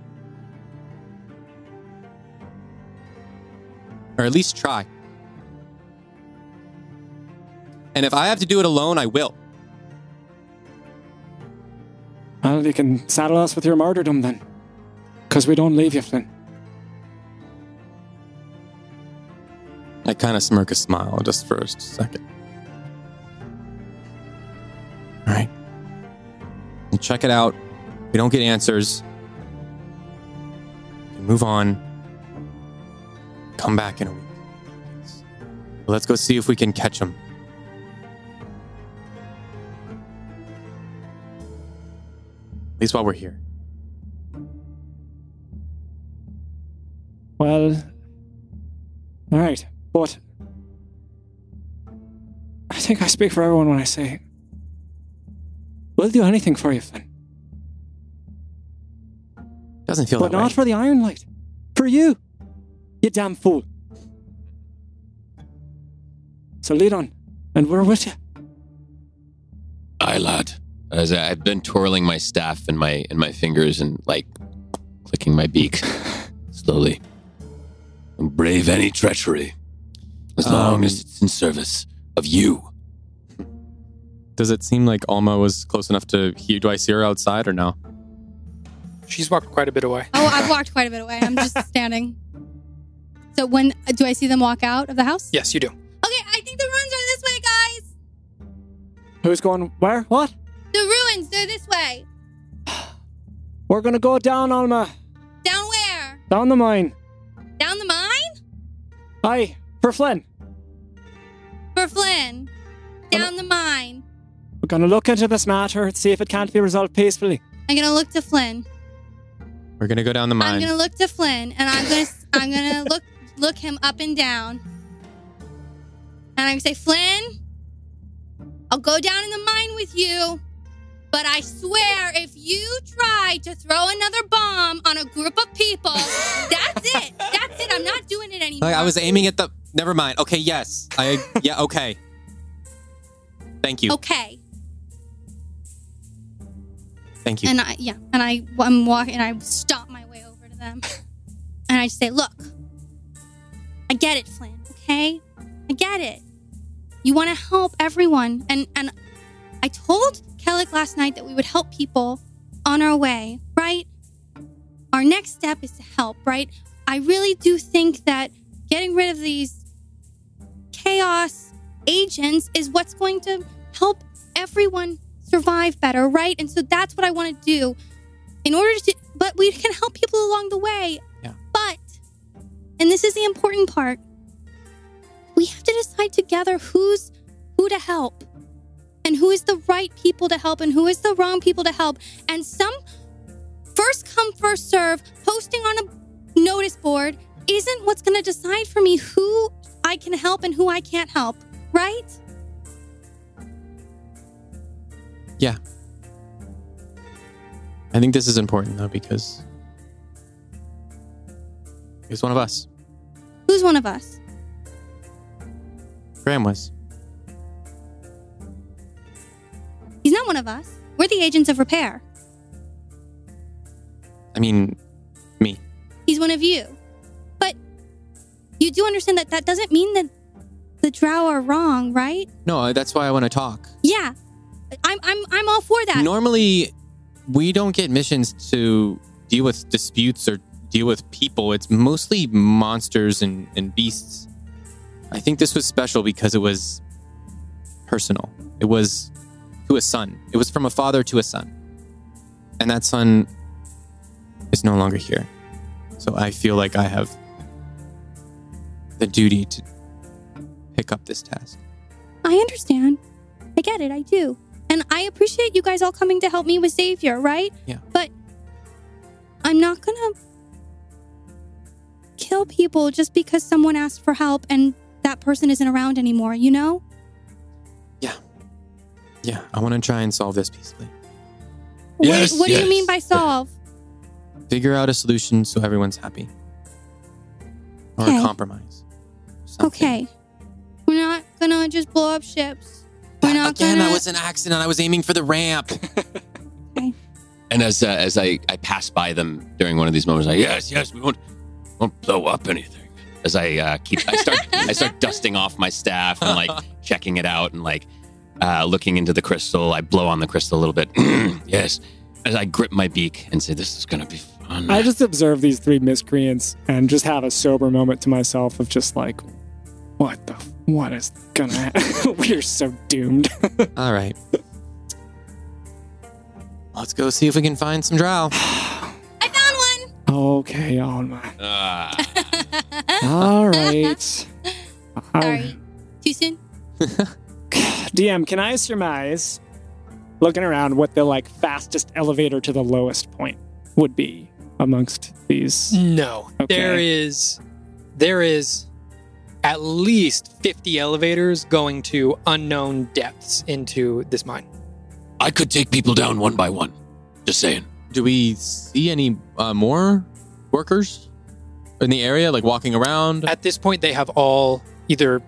Or at least try. And if I have to do it alone, I will. Well, you can saddle us with your martyrdom then. Because we don't leave you, Flynn. I kind of smirk a smile just for a second. All right. We'll check it out. We don't get answers. We move on. Come back in a week. Let's go see if we can catch him. At least while we're here. Well, all right, but I think I speak for everyone when I say we'll do anything for you, Flynn, Doesn't feel but that not way. for the Iron Light, for you, you damn fool. So lead on, and we're with you. Aye, lad. As I, I've been twirling my staff in my in my fingers and like clicking my beak slowly. And brave any treachery, as long Um, as it's in service of you. Does it seem like Alma was close enough to hear? Do I see her outside or no? She's walked quite a bit away. Oh, I've walked quite a bit away. I'm just standing. So when do I see them walk out of the house? Yes, you do. Okay, I think the ruins are this way, guys. Who's going where? What? The ruins, they're this way. We're gonna go down, Alma, Down where? down the mine. Down the mine? Aye, for Flynn. For Flynn. Down the mine. We're gonna look into this matter, see if it can't be resolved peacefully. I'm gonna look to Flynn. We're gonna go down the I'm mine. gonna look to Flynn, and I'm gonna I'm gonna look look him up and down, and I'm gonna say, Flynn, I'll go down in the mine with you, but I swear if you try to throw another bomb on a group of people, that's it. That's it. I'm not doing it anymore. Like, I was aiming at the. Never mind. Okay, yes. I yeah. Okay. Thank you. Okay, Thank you. and I yeah, and I I'm walking, and I stop my way over to them, and I say, look, I get it, Flynn. Okay, I get it. You want to help everyone, and and I told Kellic last night that we would help people on our way. Right. Our next step is to help. Right. I really do think that getting rid of these chaos agents is what's going to help everyone survive better. Right. And so that's what I want to do. In order to, but we can help people along the way. Yeah. But, and this is the important part we have to decide together who's who to help and who is the right people to help and who is the wrong people to help and some first come first serve posting on a notice board isn't what's going to decide for me who i can help and who i can't help right I think this is important though because he was one of us. who's one of us Graham was. he's not one of us we're the agents of repair I mean, he's one of you but you do understand that that doesn't mean that the drow are wrong right no. That's why I want to talk. yeah i'm i'm, I'm all for that Normally, we don't get missions to deal with disputes or deal with people. It's mostly monsters and, and beasts. I think this was special because it was personal. It was to a son. It was from a father to a son. And that son is no longer here. So I feel like I have the duty to pick up this task. I understand. I get it. I do. And I appreciate you guys all coming to help me with Xavier, right? Yeah. But I'm not going to kill kill people just because someone asked for help and that person isn't around anymore, you know? Yeah, I want to try and solve this peacefully. What- Yes, what do yes. you mean by solve? Figure out a solution so everyone's happy. Or Okay. a compromise. Something. Okay. We're not gonna just blow up ships. We're not Again, gonna that was an accident. I was aiming for the ramp. And as uh, as I, I pass by them during one of these moments, like yes, yes, we won't won't blow up anything. As I uh, keep, I start I start dusting off my staff and like checking it out and like uh, looking into the crystal. I blow on the crystal a little bit. yes, as I grip my beak and say, "This is gonna be fun." I just observe these three miscreants and just have a sober moment to myself of just like, what the, what is gonna happen? We're so doomed. All right. Let's go see if we can find some drow. I found one! Okay, on my. Ah. All right. I- Sorry. Too soon? DM, Oh, can I surmise, looking around, what the like fastest elevator to the lowest point would be amongst Mm. these? No, Okay. there is there is at least 50 elevators going to unknown depths into this mine. I could take people down one by one. Just saying. Do we see any uh, more workers in the area, like walking around? At this point they have all either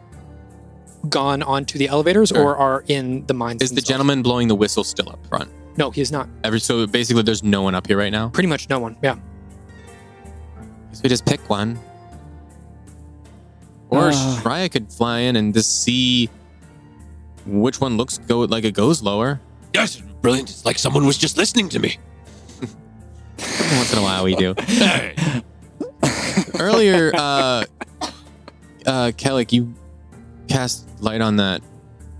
gone onto the elevators or Sure. are in the mines. Is the themselves. gentleman blowing the whistle still up front? No, he is not. Every, so basically, there's no one up here right now. Pretty much no one. Yeah. So we just pick one. Or Uh. Shreya could fly in and just see which one looks go like it goes lower. Yes, brilliant. It's like someone was just listening to me. Once in a while, we do. Hey. Earlier, uh, uh, Kellic, you cast light on that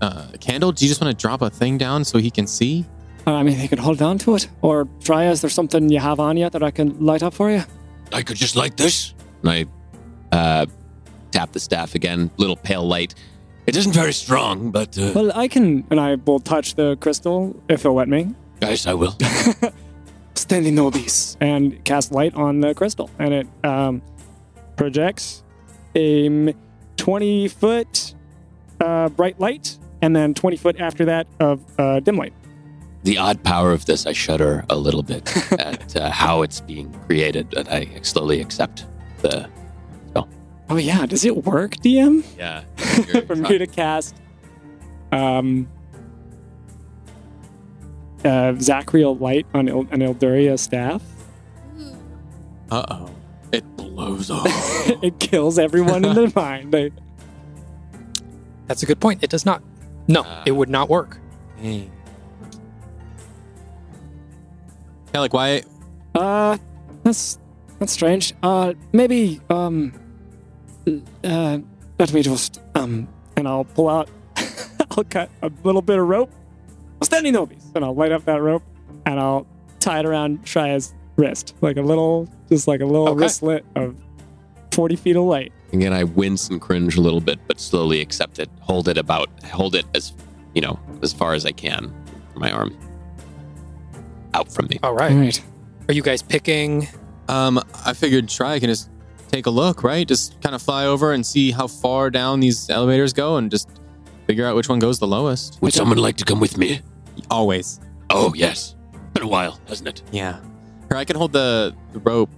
uh, candle. Do you just want to drop a thing down so he can see? Uh, I mean, they could hold on to it, or try. Is there something you have on yet that I can light up for you? I could just like this. and I uh, tap the staff again. Little pale light. It isn't very strong, but uh, Well, I can, and I will touch the crystal if it'll let me. guys, I will. Standing nobis, and cast light on the crystal, and it um, projects a m- twenty foot uh, bright light, and then twenty foot after that of uh, dim light. The odd power of this, I shudder a little bit at uh, how it's being created, but I slowly accept the. Oh yeah, does it work, DM? Yeah. From you to cast, um, uh, Zachriel light on Il- an Ilduria staff. Ooh. Uh oh. It blows up. it kills everyone in the mind. They, That's a good point. It does not. No, Ah. it would not work. hey. Kellic, why? uh, that's that's strange. Uh, maybe um, uh, let me just um, and I'll pull out. I'll cut a little bit of rope. Standing novice, and I'll light up that rope, and I'll tie it around Tria's wrist, like a little, just like a little Okay. wristlet of forty feet of light. Again, I wince and cringe a little bit, but slowly accept it. Hold it about, hold it as, you know, as far as I can. My arm out from me. All All right. right. Mm. Are you guys picking? Um, I figured Shreya can just take a look, right? Just kind of fly over and see how far down these elevators go and just figure out which one goes the lowest. Would someone like to come with me? Always. Oh, yes. Been a while, hasn't it? Yeah. Or I can hold the, the rope.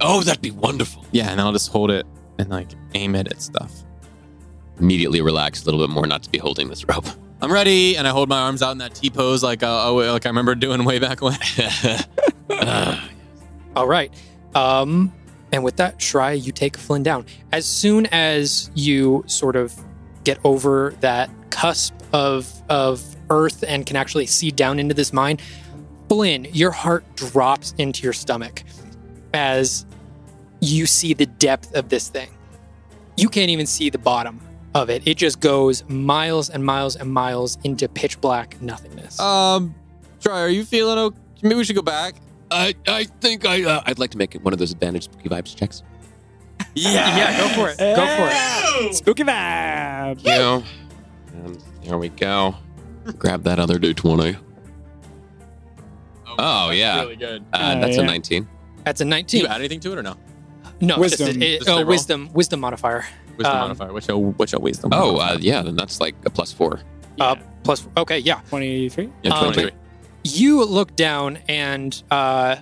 Oh, that'd be wonderful. Yeah, and I'll just hold it and like aim it at stuff. Immediately relax a little bit more, not to be holding this rope. I'm ready, and I hold my arms out in that T pose, like uh, oh, like I remember doing way back when. Ah, All right. Um, and with that, Shry, you take Flynn down. As soon as you sort of get over that cusp of of earth and can actually see down into this mine, Flynn, your heart drops into your stomach as you see the depth of this thing. You can't even see the bottom of it. It just goes miles and miles and miles into pitch black nothingness. um, Troy, are you feeling okay? Maybe we should go back. I, I think I, uh, I'd like to make it one of those advantage spooky vibes checks. yeah, go for it. Go for it. Spooky vibe. You know, and Um, there we go. Grab that other d20. Oh, yeah. good. Uh, Uh, Oh, that's yeah. Uh, a 19. That's a Do 19. you add anything to it or no? No, Wisdom. Just, it- Just a oh, roll? wisdom, wisdom modifier. Wisdom Um, modifier. What's your what's your wisdom? Oh, modifier? uh, yeah, then that's like a plus four. Uh, plus, okay, yeah. 23? Yeah, Um, 23. You look down, and uh,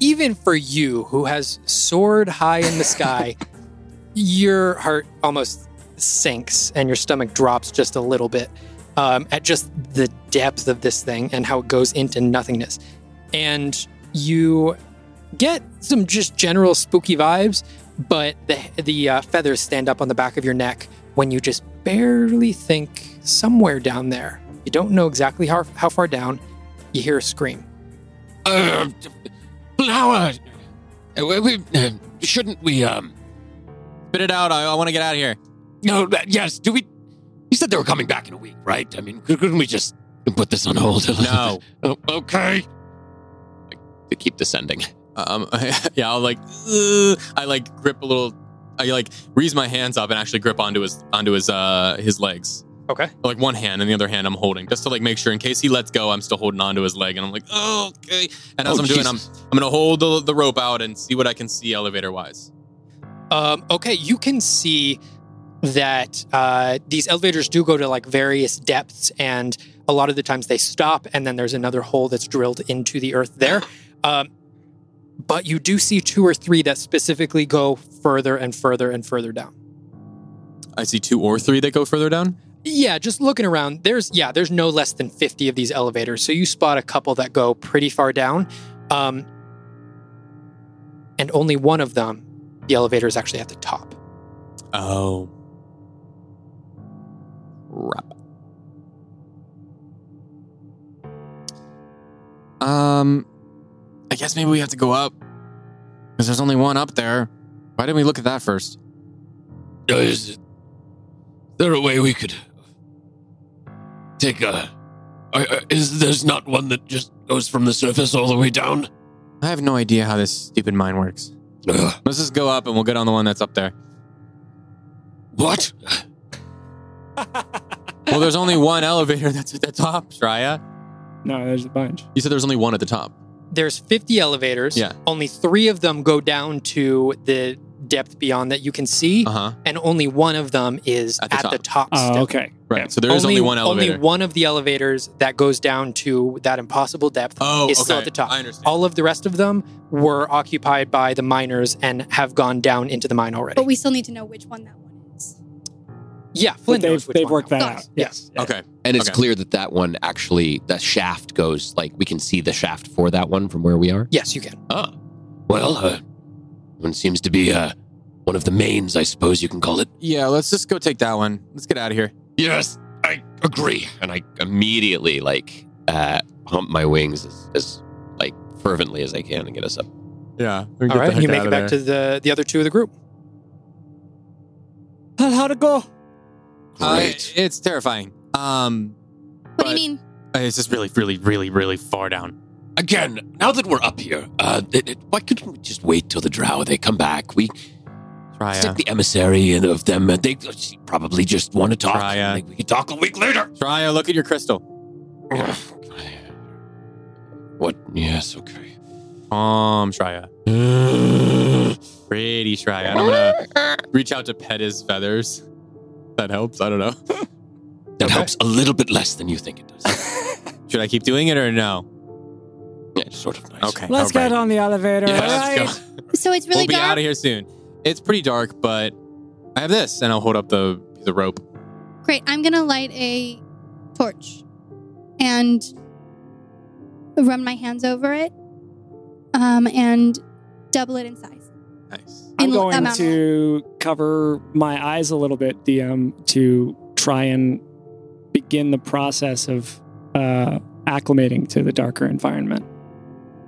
even for you, who has soared high in the sky, your heart almost sinks and your stomach drops just a little bit um, at just the depth of this thing and how it goes into nothingness. And you get some just general spooky vibes, but the, the uh, feathers stand up on the back of your neck when you just barely think somewhere down there. You don't know exactly how, how far down. You hear a scream. Uh, flower. Uh, we, we, uh, shouldn't we? Um. spit it out. I, I want to get out of here. No. that- Yes. Do we? You said they were coming back in a week, right? I mean, couldn't we just put this on hold? a little No. bit? Oh, okay. To keep descending. Um, yeah, I'll like, "Ugh." I like grip a little. I like raise my hands up and actually grip onto his onto his uh his legs. Okay. Like one hand and the other hand I'm holding just to like make sure in case he lets go I'm still holding onto his leg and I'm like oh okay and as Oh, I'm doing I'm I'm gonna hold the, the rope out and see what I can see elevator wise. Um, okay, you can see that uh, these elevators do go to like various depths, and a lot of the times they stop, and then there's another hole that's drilled into the earth there. Um, but you do see two or three that specifically go further and further and further down. I see two or three that go further down. Yeah, just looking around, there's yeah, there's no less than 50 of these elevators. So you spot a couple that go pretty far down. Um and only one of them, the elevator is actually at the top. Um, Oh, Um, I guess maybe we have to go up because there's only one up there. Why didn't we look at that first? Uh, Is is there a way we could take a? Uh, uh, is there's not one that just goes from the surface all the way down? I have no idea how this stupid mine works. Ugh. Let's just go up and we'll get on the one that's up there. what? Well, there's only one elevator that's at the top, Shreya. No, there's a bunch. You said there's only one at the top. There's 50 elevators. Yeah. Only 3 of them go down to the depth beyond that you can see, Uh huh. and only one of them is At at the the top. top, Oh, step. okay. Right. So there is only, one elevator. Only one of the elevators that goes down to that impossible depth Oh, is still okay. at the top. I understand. All of the rest of them were occupied by the miners and have gone down into the mine already. But we still need to know which one that one is. yeah, But Flynn they've knows which they've one worked that that Got out. it. Yes. okay. And it's Okay. clear that that one actually, the shaft goes, like, we can see the shaft for that one from where we are. was. Yes, you can. Ah, well, uh, one seems to be uh, one of the mains, I suppose you can call it. Yeah. Let's just go take that one. Let's get out of here. Yes, I agree. And I immediately, like, uh, hump my wings as, as, like, fervently as I can and get us up. Yeah. All right, you make it back to the the other two of the group. Tell how to go. Great. it's terrifying. Um, What do you mean? it's just really, really, really, really far down. Again, now that we're up here, uh, it, it- why couldn't we just wait till the drow? They come back. We Shreya. stick the emissary in of them, and they just probably just want to talk. Try, uh, Like, we can talk a week later. Shreya, look at your crystal. What? Yes, okay. Calm, Shreya. Pretty Shreya. And I'm gonna reach out to pet his feathers. That helps. I don't know. That helps a little bit less than you think it does. Should I keep doing it or no? yeah, it's sort of nice. Okay. Let's all right. get on the elevator. Yeah, all let's go. right? So it's really we'll be out dark. of here soon. It's pretty dark, but I have this, and I'll hold up the the rope. Great. I'm gonna light a torch and run my hands over it, um, and double it in size. Nice. I'm In going amount. to cover my eyes a little bit, DM, to try and begin the process of uh, acclimating to the darker environment.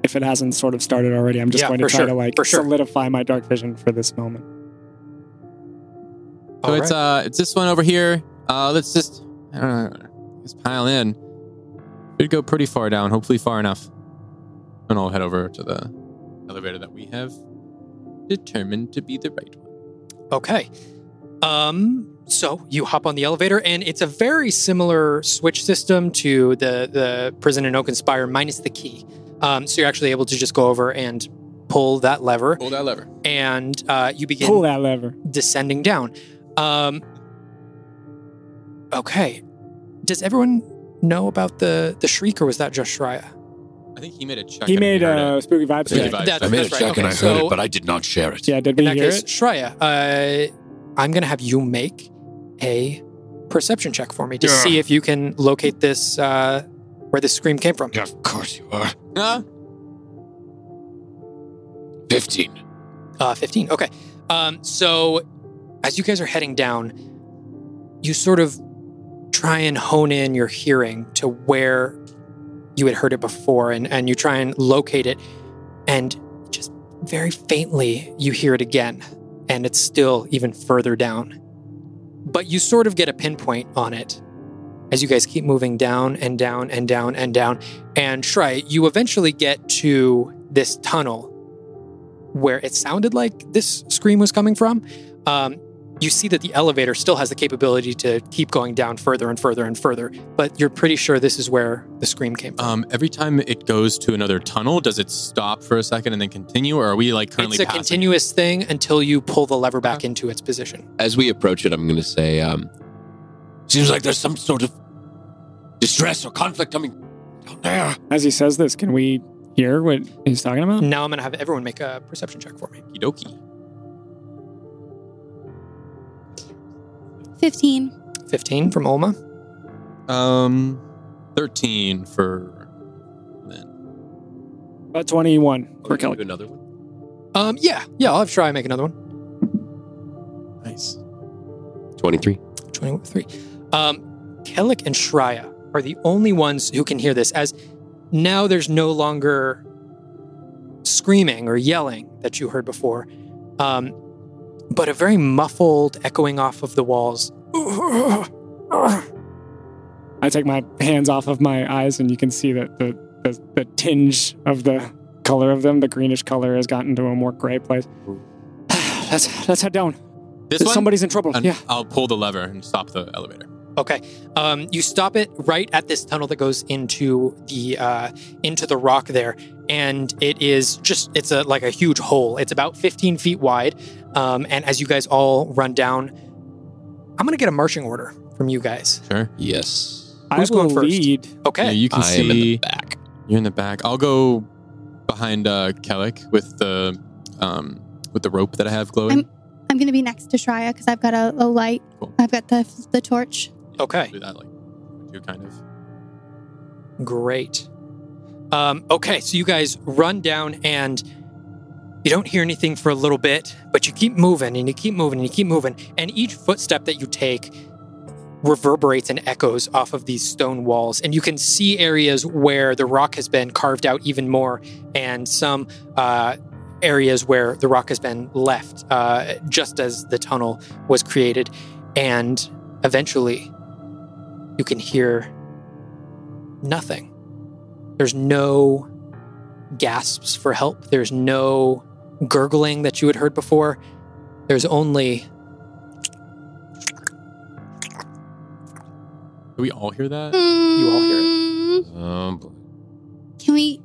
If it hasn't sort of started already, I'm just Yeah, going to for try sure, to like for sure. solidify my dark vision for this moment. So it's uh it's this one over here. Uh let's just I don't know, just pile in. Should go pretty far down, hopefully far enough. And I'll head over to the elevator that we have determined to be the right one. Okay. Um, so you hop on the elevator, and it's a very similar switch system to the the prison in Oak Inspire, minus the key. Um, so you're actually able to just go over and pull that lever, Pull that lever. and uh, you begin Pull that lever. descending down. Um, okay. Does everyone know about the the shriek, or was that just Shreya? I think he made a check. He and made heard a it. spooky vibes Spooky check. vibes. That's- I made a that's right. check and I Okay, heard so- it, but I did not share it. Yeah, did In we that hear case, it? Shreya, uh, I'm going to have you make a perception check for me to Yeah. see if you can locate this, uh, where this scream came from. Yeah, of course you are. Huh? 15. Uh, 15. Okay. Um, so as you guys are heading down, you sort of try and hone in your hearing to where you had heard it before and, and you try and locate it. And just very faintly, you hear it again. And it's still even further down. But you sort of get a pinpoint on it as you guys keep moving down and down and down and down. And Shrey, you eventually get to this tunnel where it sounded like this scream was coming from, um, you see that the elevator still has the capability to keep going down further and further and further. But you're pretty sure this is where the scream came from. Um, every time it goes to another tunnel, does it stop for a second and then continue, or are we like currently it's a passing? continuous thing until you pull the lever back into its position. As we approach it, I'm going to say, um, Seems like there's some sort of distress or conflict coming down there. As he says this, can we hear what he's talking about? Now I'm going to have everyone make a perception check for me. Okie dokie. 15. 15 from Olma. Um, thirteen for Lynn. About 21 for oh, you Kelly. do another one. Um, yeah, yeah, I'll have Shry make another one. Nice. 23. 23. Um, Kellic and Shreya are the only ones who can hear this, as now there's no longer screaming or yelling that you heard before, um, but a very muffled echoing off of the walls. I take my hands off of my eyes, and you can see that the, the, the tinge of the color of them, the greenish color, has gotten to a more gray place. let's, let's head down. This one. Somebody's in trouble. And yeah. I'll pull the lever and stop the elevator. Okay. Um, you stop it right at this tunnel that goes into the uh, into the rock there, and it is just it's a like a huge hole. It's about 15 feet wide, um, and as you guys all run down, I'm gonna get a marching order from you guys. Sure. Yes. I who's will going first? lead. Okay. Yeah, you can I see. am in the back. You're in the back. I'll go behind uh, Kellic with the um, with the rope that I have glowing. I'm going to be next to Shreya because I've got a, a light. Cool. I've got the the torch. Okay. Do that like do kind of. Great. Um, okay, so you guys run down and you don't hear anything for a little bit, but you keep moving and you keep moving and you keep moving. And each footstep that you take reverberates and echoes off of these stone walls. And you can see areas where the rock has been carved out even more and some uh, areas where the rock has been left uh, just as the tunnel was created. And eventually, you can hear nothing. There's no gasps for help. There's no gurgling that you had heard before. There's only Do we all hear that? You all hear it. Mm. Oh, boy. Can we?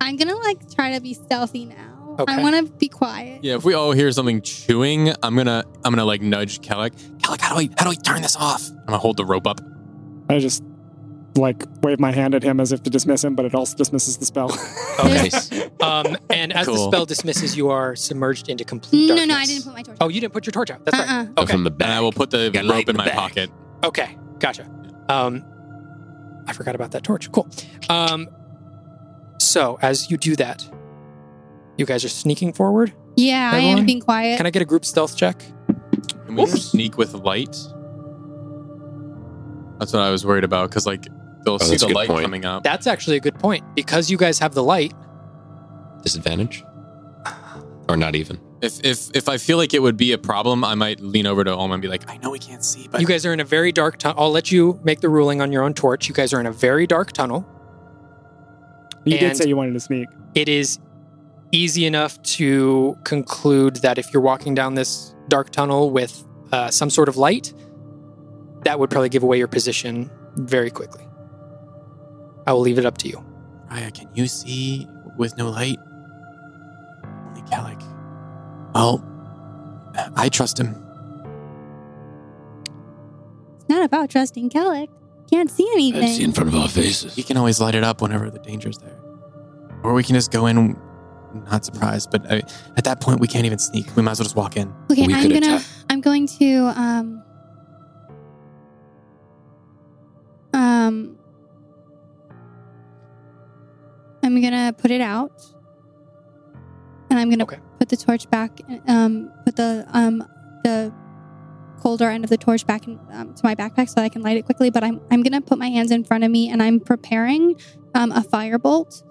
I'm going to like try to be stealthy now. Okay. I want to be quiet. Yeah, if we all hear something chewing, I'm gonna I'm gonna like nudge Kellic. Kellic, how do I how do I turn this off? I'm gonna hold the rope up. I just like wave my hand at him as if to dismiss him, but it also dismisses the spell. okay. Nice. um, and as the Cool. spell dismisses, you are submerged into complete No, darkness. no, I didn't put my torch. Oh, you didn't put your torch out. That's right. uh-uh. I'm Okay. From the And I back. will put the Got light rope in in the my back. pocket. Okay, gotcha. Um, I forgot about that torch. Cool. Um, so as you do that, you guys are sneaking forward. Yeah, I Everyone? am being quiet. Can I get a group stealth check? Can we sneak with light? That's what I was worried about, because like they'll see Oh, that's a the good light point. coming up. That's actually a good point because you guys have the light. Disadvantage? Or not even. if if if I feel like it would be a problem, I might lean over to Olma and be like, I know we can't see, but you guys are in a very dark tunnel. I'll let you make the ruling on your own torch. You guys are in a very dark tunnel. you did And- say you wanted to sneak. It is easy enough to conclude that if you're walking down this dark tunnel with uh, some sort of light, that would probably give away your position very quickly. I will leave it up to you. Raya, can you see with no light? Well, I trust him. It's not about trusting Kellic. Can't see anything. That's in front of our He faces. can always light it up whenever the danger's there. Or we can just go in, not surprised, but uh, at that point, we can't even sneak. We might as well just walk in. okay, we I'm could gonna. attack. I'm going to. Um. Um. I'm gonna put it out, and I'm gonna Okay. put the torch back. Um, put the um the colder end of the torch back in, um, to my backpack so I can light it quickly. But I'm I'm gonna put my hands in front of me, and I'm preparing um a firebolt.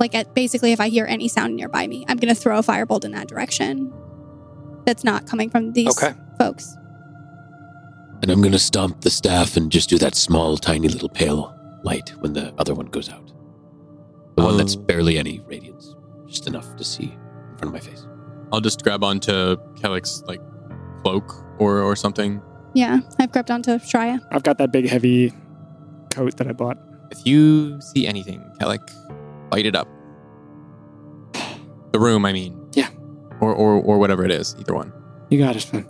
Like at basically, if I hear any sound nearby me, I'm gonna throw a firebolt in that direction. That's not coming from these Okay. folks. And I'm gonna stomp the staff and just do that small, tiny little pale light when the other one goes out. The one that's Oh. barely any radiance, just enough to see in front of my face. I'll just grab onto Kellick's like cloak or or something. Yeah, I've grabbed onto Shreya. I've got that big heavy coat that I bought. If you see anything, Kellick, light it up. The room, I mean. Yeah. Or or or whatever it is, either one. You got it, Um,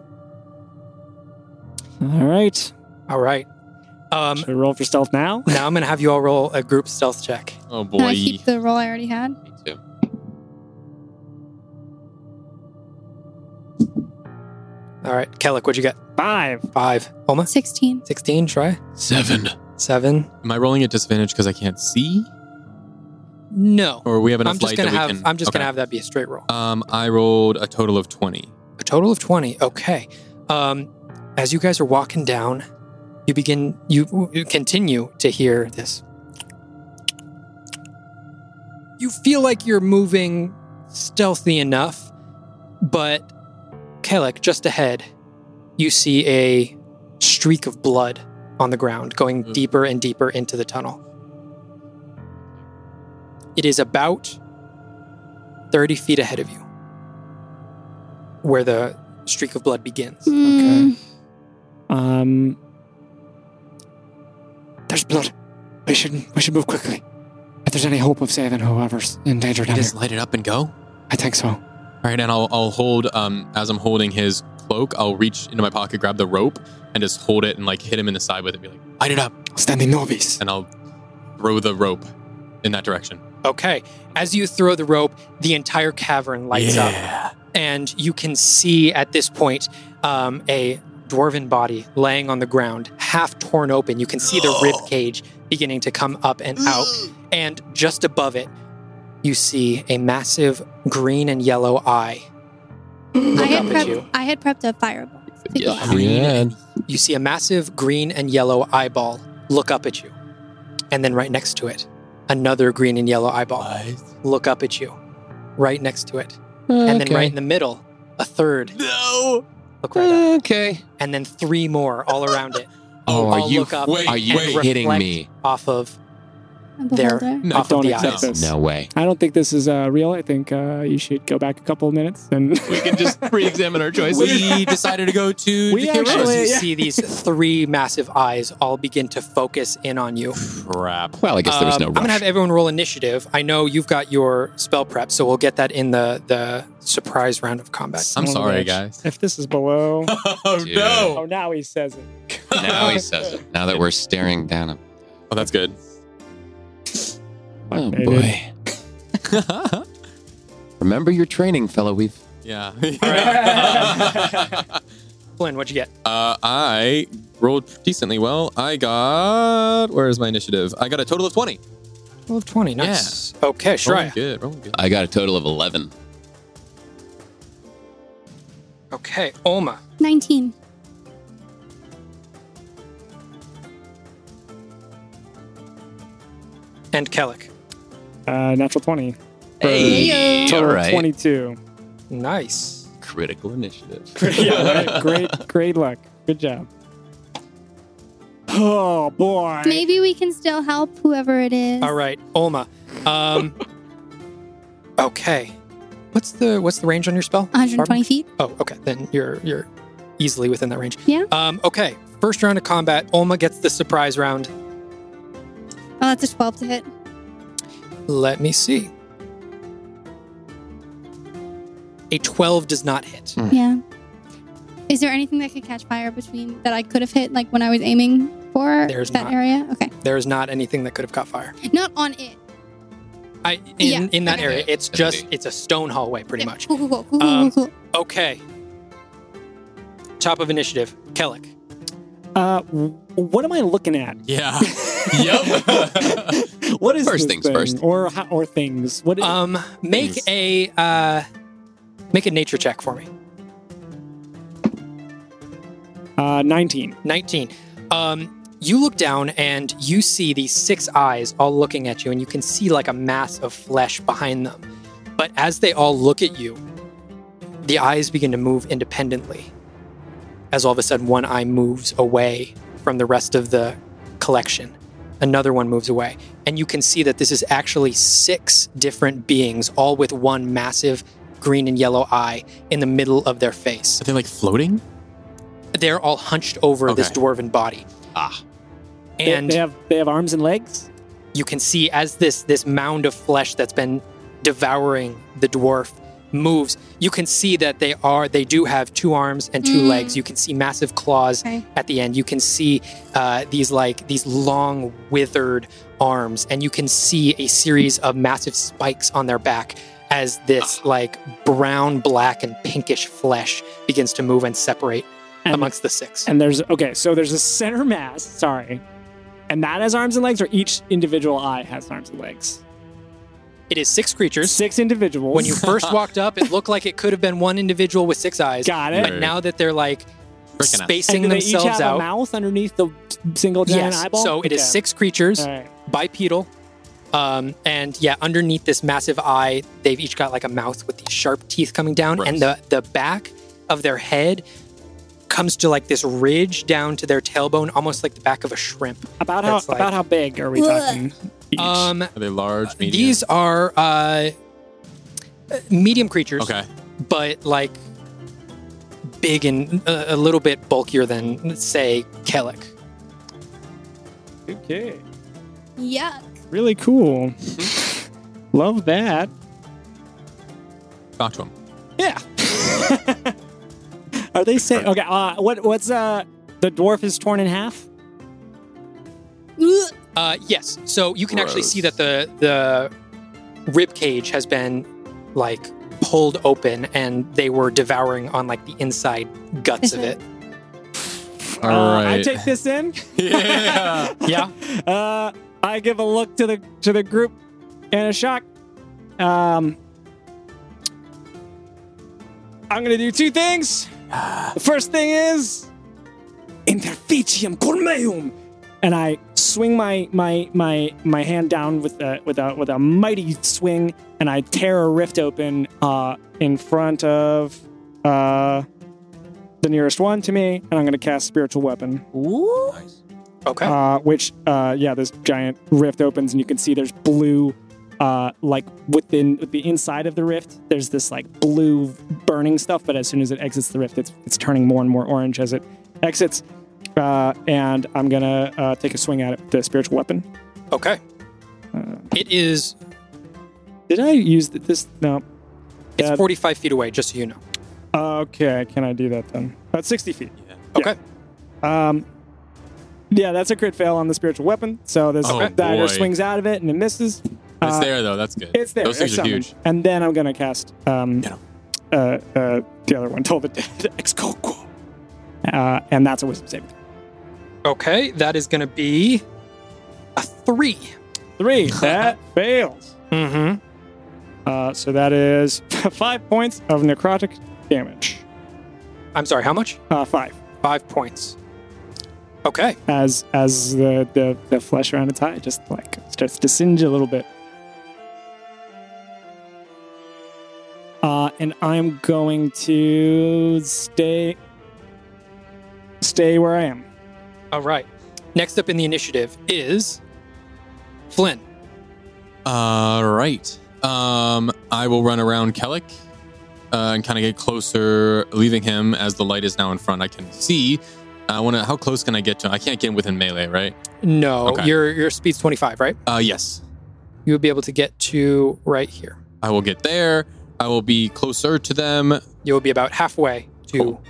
man. All right. All right. Um, Should we roll for stealth now? now I'm going to have you all roll a group stealth check. Oh boy. Can I keep the roll I already had? Me too. All right. Kellic, what'd you get? Five. Five. Homa? 16. 16. Try. Seven. Seven. Am I rolling at disadvantage because I can't see? No. Or we have enough I'm just light gonna that we have can- I'm just okay. gonna have that be a straight roll. Um, I rolled a total of twenty. A total of 20. Okay. Um, as you guys are walking down, you begin, you, you continue to hear this. You feel like you're moving stealthy enough, but Kellic, just ahead, you see a streak of blood on the ground going Mm. deeper and deeper into the tunnel. It is about 30 feet ahead of you where the streak of blood begins. Mm, Um. There's blood. We should we should move quickly. If there's any hope of saving whoever's in danger down here, You just light it up and go. All I think so. right, and I'll I'll hold um as I'm holding his cloak, I'll reach into my pocket, grab the rope, and just hold it and like hit him in the side with it, be like, light it up, Standing novice. and I'll throw the rope in that direction. Okay. As you throw the rope, the entire cavern lights up, and you can see at this point um, a dwarven body laying on the ground, half torn open. You can see the rib cage beginning to come up and out, and just above it, you see a massive green and yellow eye. I, Look had up at you. prepped, I had prepped a fireball. Yeah. You see a massive green and yellow eyeball look up at you, and then right next to it, another green and yellow eyeball. look up at you, right next to it. And then right in the middle, a third. No. Look right up. Uh, Okay. And then three more all around it. Oh, all are you look up wait, are you and wait. kidding reflect me? off of A There. beholder. No, I off of don't the accept eyes. this. No way. I don't think this is uh, real. I think uh, you should go back a couple of minutes and We can just re-examine our choices. we decided to go to We DK Rose. actually- As you yeah. see these three massive eyes all begin to focus in on you. crap. Well, I guess there was Um, no I'm gonna rush. have everyone roll initiative. I know you've got your spell prep, so we'll get that in the the surprise round of combat. I'm Son of a sorry, bitch. guys. If this is below, oh Dude. no. oh, now he says it. now he says it. Now that we're staring down him. Oh, that's good. Oh Baby. boy. Remember your training, fellow. We've yeah. Flynn, what'd you get? Uh, I rolled decently well. I got where is my initiative? I got a total of twenty. 12, 20. Nice. Okay, Rolling Shreya. good. Rolling good. I got a total of eleven. Okay, Oma. 19. and Kellic. Uh, natural twenty. For Hey, total all of right. twenty-two. Nice. Critical initiative. yeah, right? great, great luck. Good job. Oh boy. Maybe we can still help whoever it is. All right, Olma. Um, okay. What's the what's the range on your spell? 120 Pardon? feet. Oh, okay. Then you're you're easily within that range. Yeah. Um, okay. First round of combat, Olma gets the surprise round. Oh, that's a 12 to hit. Let me see. A 12 does not hit. Yeah. Is there anything that could catch fire between that I could have hit, like when I was aiming for There's that not. area? Okay. There is not anything that could have caught fire. Not on it. I in, Yeah. in that Okay. area. It's Okay. just it's a stone hallway pretty Yeah. much. Cool, cool, cool, cool, Um, cool, cool. Okay. Top of initiative, Kellic. Uh, w- what am I looking at? Yeah. yep. What is First this things thing? first. or ho- or things? What is, Um, make Thanks. a uh, make a nature check for me. uh, nineteen? 19. Um, you look down and you see these six eyes all looking at you, and you can see like a mass of flesh behind them. But as they all look at you, the eyes begin to move independently. As all of a sudden, one eye moves away from the rest of the collection, another one moves away. And you can see that this is actually six different beings, all with one massive green and yellow eye in the middle of their face Are they like floating? they're all hunched over this Okay. dwarven body. Ah. They- And they have they have arms and legs. you can see as this this mound of flesh that's been devouring the dwarf moves, you can see that they are they do have two arms and two Mm. legs. You can see massive claws Okay. at the end. You can see uh, these like these long withered arms, and you can see a series of massive spikes on their back as this Ah. like brown, black, and pinkish flesh begins to move and separate And- amongst the six. And there's okay, so there's a center mass. Sorry, and that has arms and legs, or each individual eye has arms and legs. It is six creatures. There's six individuals. When you first walked up, it looked like it could have been one individual with six eyes. got it, Right. But now that they're like Freaking out. and spacing do they each have themselves a out, mouth underneath the single giant yes. eyeball. So it is Okay. six creatures, All right. bipedal, um, and yeah, underneath this massive eye, they've each got like a mouth with these sharp teeth coming down, and the the back of their head comes to like this ridge down to their tailbone, almost like the back of a shrimp. About how That's like- about how big are we Ugh. talking? Each? Um, Are they large, medium? these are uh, medium creatures. Okay. but like big and uh, a little bit bulkier than say Kellic. okay, Yuck. really cool. mm-hmm. Love that. Talk to them. Yeah. Are they saying okay? Uh, what what's uh the dwarf is torn in half? Ugh. Uh, yes, so you can actually see that the the rib cage has been like pulled open, and they were devouring on like the inside guts of it. All uh, right. I take this in. yeah. Yeah. Uh, I give a look to the to the group and a shock. Um, I'm gonna do two things. The first thing is interficium cormeum, and I swing my my my my hand down with a with a with a mighty swing, and I tear a rift open uh, in front of uh, the nearest one to me, and I'm gonna cast spiritual weapon. Okay. Uh, which, uh, yeah, this giant rift opens, and you can see there's blue, uh, like within with the inside of the rift. There's this like blue burning stuff, but as soon as it exits the rift, it's it's turning more and more orange as it exits. Uh, and I'm gonna uh, take a swing at it with the spiritual weapon. okay. It is. Did I use th- this? No. It's Uh, 45 feet away, just so you know. Okay, can I do that then? About 60 feet. Okay. Um, yeah, that's a crit fail on the spiritual weapon. So this Oh, dagger boy. swings out of it and it misses. It's Uh, there though. That's good. It's there. Those it's things are something. huge. And then I'm gonna cast um, Get 'em. uh, uh, the other one, Toll the Dead, Excoco. Uh, and that's a wisdom saving. Okay, that is going to be a three. Three. That fails. Mm-hmm. Uh, so that is five points of necrotic damage. I'm sorry, how much? Uh, five. Five points. Okay. As as the, the the flesh around its eye just like starts to singe a little bit. Uh, and I'm going to stay stay where I am. All right. Next up in the initiative is Flynn. All right. Um, I will run around Kellic uh, and kind of get closer, leaving him as the light is now in front. I can see. I want to. How close can I get to him? I can't get him within melee, right? No, Okay. your your speed's 25, right? Uh, yes. You would be able to get to right here. I will get there. I will be closer to them, and You'll be about halfway to Cool.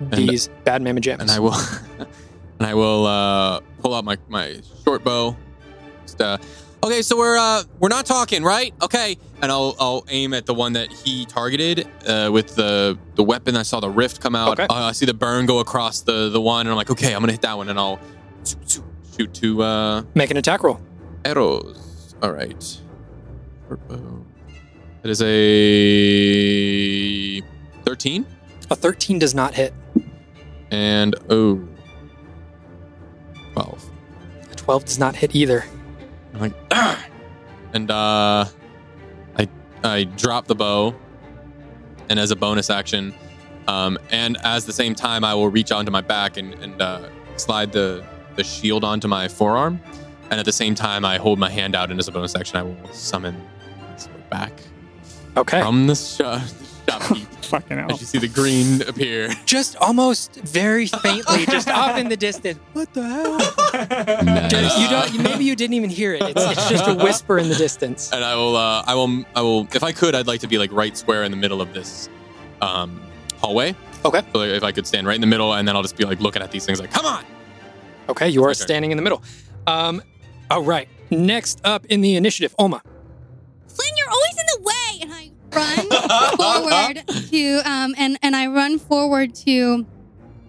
these bad mamma jams. I will, and I will uh, pull out my my short bow. Just, uh, okay, so we're uh, we're not talking, right? Okay, and I'll I'll aim at the one that he targeted uh, with the the weapon. I saw the rift come out. Okay. Uh, I see the burn go across the the one, and I'm like, okay, I'm gonna hit that one, and I'll shoot two uh, Make an attack roll. arrows. All right, short bow. That is a thirteen. A 13 does not hit. And oh. 12. A 12 does not hit either. I'm like, ah! And uh I I drop the bow. And as a bonus action, um, and as the same time I will reach onto my back and, and uh, slide the, the shield onto my forearm. And at the same time I hold my hand out and as a bonus action I will summon sword back Okay. from the, sh- shopkeep. Fucking hell. as you see the green appear. just almost very faintly, just off in the distance. What the hell? Nice. you don't. Maybe you didn't even hear it. It's, it's just a whisper in the distance. and I will, uh, I will, I will. If I could, I'd like to be like right square in the middle of this um, hallway. Okay. So like, if I could stand right in the middle, and then I'll just be like looking at these things, like, come on. Okay, you are Okay. standing in the middle. Um, all right. Next up in the initiative, Oma. Flynn, you're always in the way. And I run forward to, um, and, and I run forward to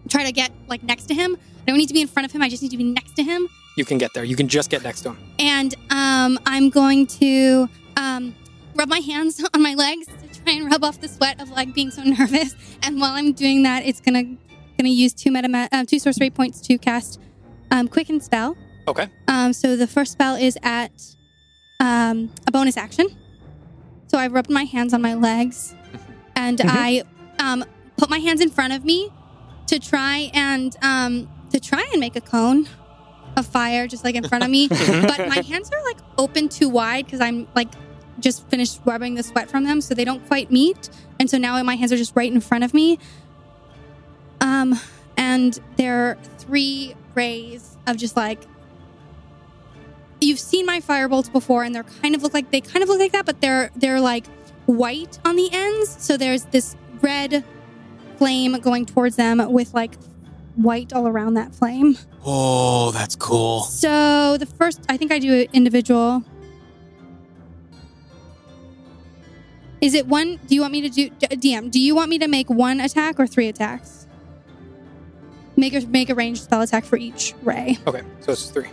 try to get like next to him. I don't need to be in front of him. I just need to be next to him. You can get there. You can just get next to him. And um, I'm going to um, rub my hands on my legs to try and rub off the sweat of like being so nervous. And while I'm doing that, it's gonna gonna use two meta uh, two sorcery points to cast um, quicken spell. Okay. Um, so the first spell is at um, a bonus action. So I rubbed my hands on my legs, and Mhm. I um, put my hands in front of me to try and um, to try and make a cone of fire just like in front of me. but my hands are like open too wide because I'm like just finished rubbing the sweat from them, so they don't quite meet. And so now my hands are just right in front of me. Um, and there are three rays of just like you've seen my firebolts before, and they're kind of look like they kind of look like that, but they're they're like white on the ends. So there's this red flame going towards them with like white all around that flame. Oh, that's cool. So the first, I think I do an individual. Is it one? Do you want me to do D- DM? Do you want me to make one attack or three attacks? Make a make a ranged spell attack for each ray. Okay. So it's three.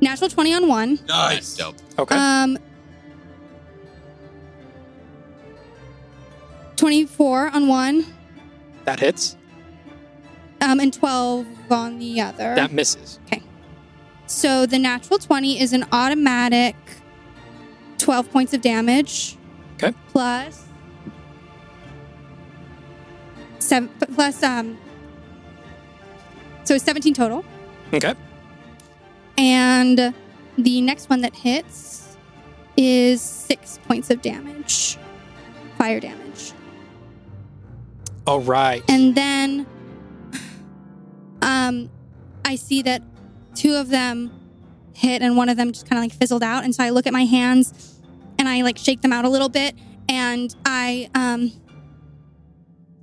Natural twenty on one. Nice. dope. Okay. Um. 24 on one that hits. um, and 12 on the other. That misses. So the natural 20 is an automatic 12 points of damage. Okay. Plus seven plus um so 17 total. Okay. And the next one that hits is 6 points of damage. Fire damage. All right. And then um I see that two of them hit and one of them just kind of like fizzled out and so I look at my hands and I like shake them out a little bit and I um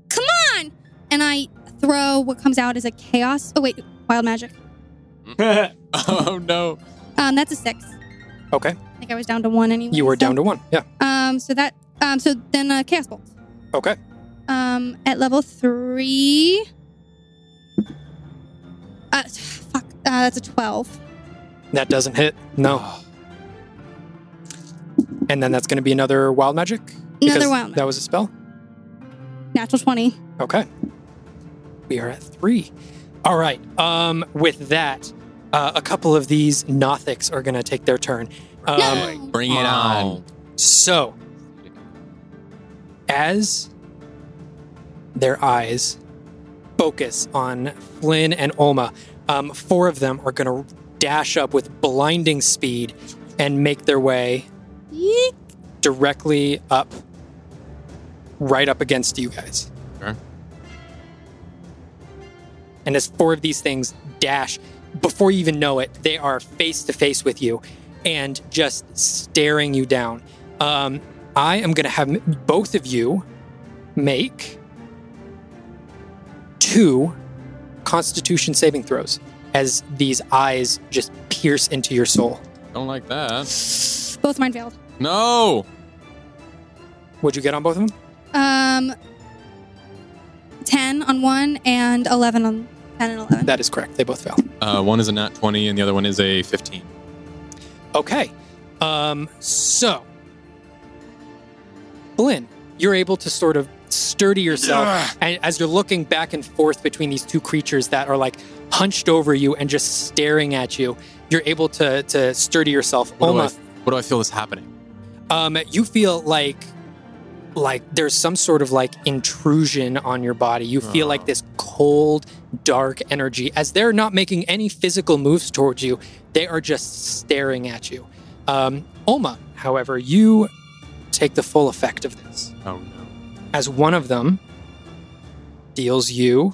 come on and I throw what comes out as a chaos oh wait wild magic oh no. um that's a 6 Okay. I think I was down to 1 anyway You were down to one. Yeah. um so that um so then uh, chaos bolt Okay. um at level three. Uh, fuck. Uh, that's a twelve. That doesn't hit. No. And then that's going to be another wild magic. Because wild That was a spell. Natural twenty. Okay. We are at three. All right. Um, with that, uh, a couple of these Nothics are going to take their turn. Um, No! Bring it on. So, as their eyes focus on Flynn and Olma, um, four of them are going to dash up with blinding speed and make their way Yeek. directly up, right up against you guys. Sure. And as four of these things dash, before you even know it, they are face to face with you. and just staring you down. Um, I am going to have m- both of you make two constitution saving throws as these eyes just pierce into your soul. Don't like that. Both mine failed. No. Would you get on both of them? Um, 10 on one and 11 on 10 and 11. That is correct. They both fail. Uh, one is a nat 20 and the other one is a 15. Okay. Um, so, Blinn, you're able to sort of sturdy yourself and as you're looking back and forth between these two creatures that are like hunched over you and just staring at you. You're able to to sturdy yourself. What do, I, Oma, what do I feel is happening? um, you feel like like there's some sort of like intrusion on your body. You feel Oh. like this cold, dark energy as they're not making any physical moves towards you. They are just staring at you. Um, Oma, however, you take the full effect of this Oh no. as one of them deals you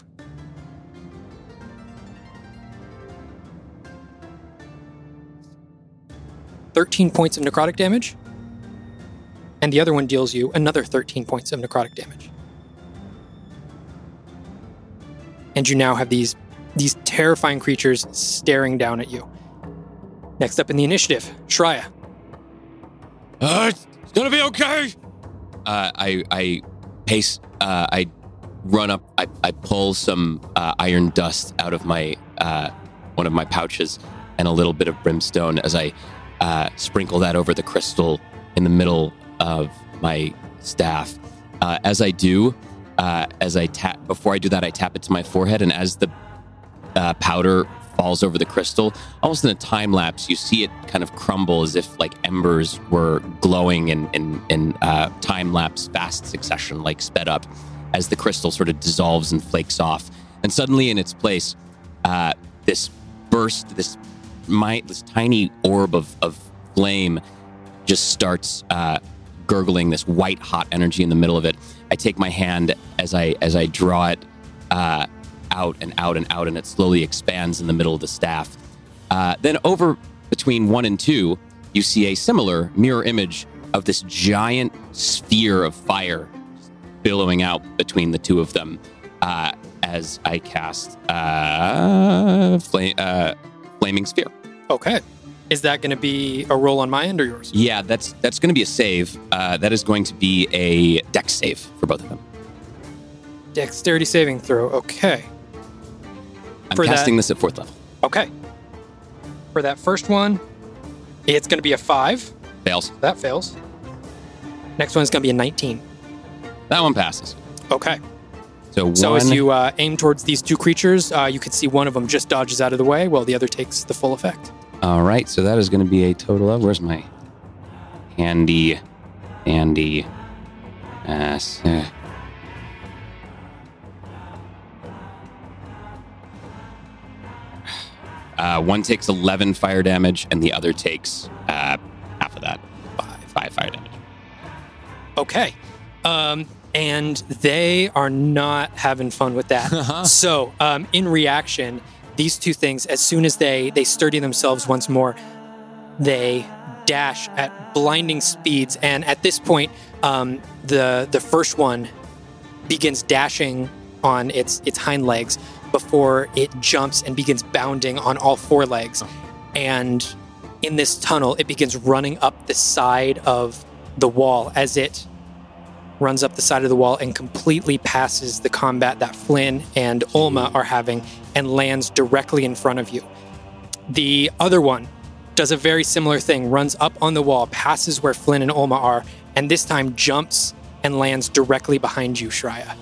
thirteen points of necrotic damage, and the other one deals you another thirteen points of necrotic damage. And you now have these these terrifying creatures staring down at you. Next up in the initiative, Shreya. Uh, it's gonna be okay. Uh, I I pace. Uh, I run up. I, I pull some uh, iron dust out of my uh, one of my pouches and a little bit of brimstone as I uh, sprinkle that over the crystal in the middle of my staff. Uh, as I do, uh, as I tap before I do that, I tap it to my forehead, and as the uh, powder falls over the crystal, almost in a time lapse, you see it kind of crumble as if like embers were glowing in, in, in uh, time lapse, fast succession, like sped up, as the crystal sort of dissolves and flakes off. And suddenly, in its place, uh, this burst, this my, this tiny orb of, of flame just starts uh, gurgling this white hot energy in the middle of it. I take my hand as I as I draw it uh, out and out and out, and it slowly expands in the middle of the staff. Uh, then over between one and two, you see a similar mirror image of this giant sphere of fire billowing out between the two of them. Uh, as I cast uh, flame, uh, flaming sphere. Okay. Is that going to be a roll on my end or yours? Yeah, that's that's going to be a save. Uh, that is going to be a dex save for both of them. Dexterity saving throw. Okay. I'm For that- casting this at fourth level. Okay. For that first one, it's going to be a five. Fails. That fails. Next one's going to be a 19. That one passes. Okay. So one. So as you uh, aim towards these two creatures, uh, you can see one of them just dodges out of the way while the other takes the full effect. All right. So that is going to be a total of. Where's my handy, handy ass? eh. Uh, one takes eleven fire damage, and the other takes uh, half of that, five, five fire damage. Okay. Um, and they are not having fun with that. So, um, in reaction, these two things, as soon as they they sturdy themselves once more, they dash at blinding speeds. And at this point, um, the the first one begins dashing on its its hind legs before it jumps and begins bounding on all four legs. And in this tunnel, it begins running up the side of the wall as it runs up the side of the wall and completely passes the combat that Flynn and Ulma are having and lands directly in front of you. The other one does a very similar thing, runs up on the wall, passes where Flynn and Ulma are, and this time jumps and lands directly behind you, Shreya.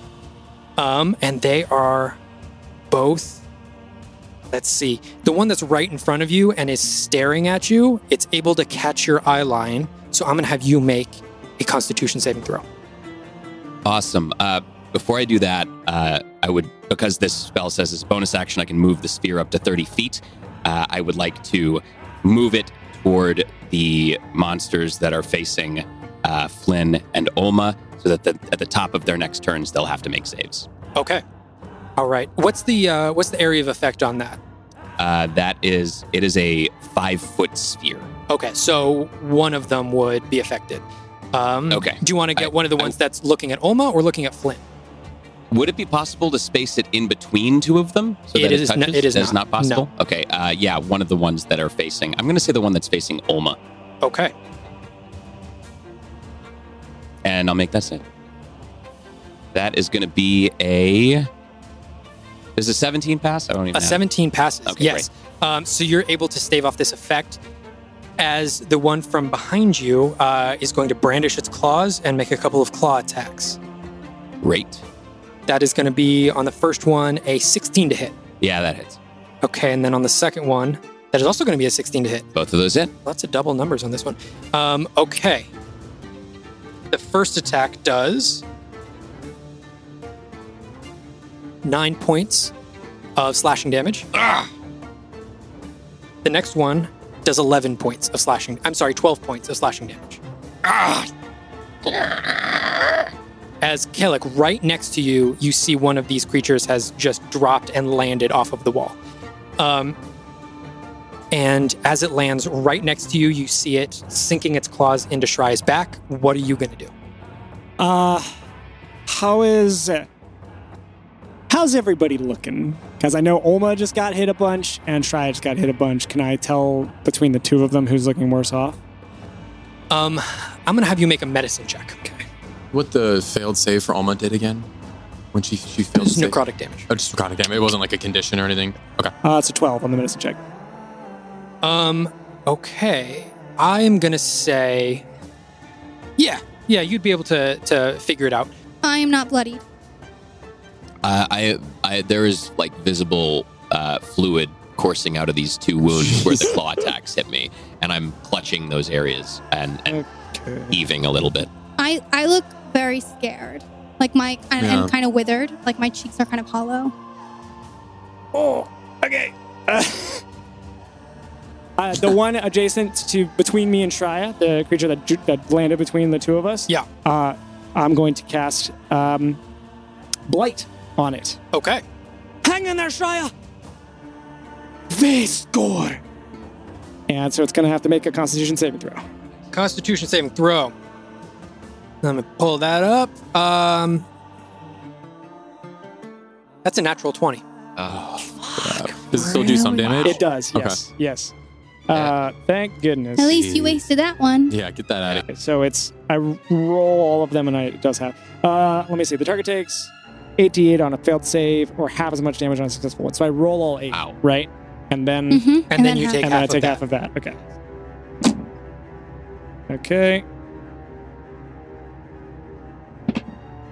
Um, and they are both. Let's see. The one that's right in front of you and is staring at you, it's able to catch your eye line. So I'm going to have you make a constitution saving throw. Awesome. Uh, before I do that, uh, I would, because this spell says it's a bonus action, I can move the sphere up to 30 feet. Uh, I would like to move it toward the monsters that are facing uh, Flynn and Olma so that the, at the top of their next turns, they'll have to make saves. Okay. All right. What's the uh, what's the area of effect on that? Uh, that is, it is a five foot sphere. Okay, so one of them would be affected. Um, Okay. Do you want to get one of the ones that's looking at Olma or looking at Flynn? Would it be possible to space it in between two of them? So It that is n- touches? it is That is not. not possible. Okay. Uh, yeah, one of the ones that are facing. I'm going to say the one that's facing Olma, Okay. and I'll make that save. That is going to be a. There's a 17 pass. I don't even. A have- 17 passes. Okay, yes. Um, so you're able to stave off this effect as the one from behind you uh, is going to brandish its claws and make a couple of claw attacks. Great. That is going to be on the first one a 16 to hit. Yeah, that hits. Okay, and then on the second one, that is also going to be a 16 to hit. Both of those hit. Lots of double numbers on this one. Um, okay. The first attack does nine points of slashing damage. The next one does 11 points of slashing. I'm sorry, 12 points of slashing damage. As Kellic, right next to you, you see one of these creatures has just dropped and landed off of the wall. Um, and as it lands right next to you, you see it sinking its claws into Shry's back. What are you going to do? Uh, how is how's everybody looking? Because I know Olma just got hit a bunch and Shry just got hit a bunch. Can I tell between the two of them who's looking worse off? Um, I'm going to have you make a medicine check. Okay. What the failed save for Alma did again? When she she failed to It's save. necrotic damage. Oh, just necrotic damage. It wasn't like a condition or anything. Okay. Uh, it's a twelve on the medicine check. Um, okay. I am going to say, yeah, yeah, you'd be able to, to figure it out. I am not bloodied. Uh, I, I, there is like visible uh, fluid coursing out of these two wounds where the claw attacks hit me, and I'm clutching those areas and, and Okay. heaving a little bit. I I look very scared. Like my and, Yeah. and kind of withered. Like my cheeks are kind of hollow. Oh, okay. Uh, uh, the one adjacent to between me and Shreya, the creature that ju- that landed between the two of us. Yeah. Uh, I'm going to cast um, blight on it. Okay. Hang in there, Shreya. Vescore. And so it's going to have to make a Constitution saving throw. Constitution saving throw. Let me pull that up. Um, that's a natural 20. Does it still do some damage? It does. Okay. Yes. Yes. Uh, thank goodness. At least you wasted that one. Yeah, get that out of here. So it's I roll all of them, and I, it does have. Uh, let me see. The target takes 88 on a failed save, or half as much damage on a successful one. So I roll all eight, Ow. right? And then Mm-hmm. And, then, you take and then half I of take that. half of that. Okay.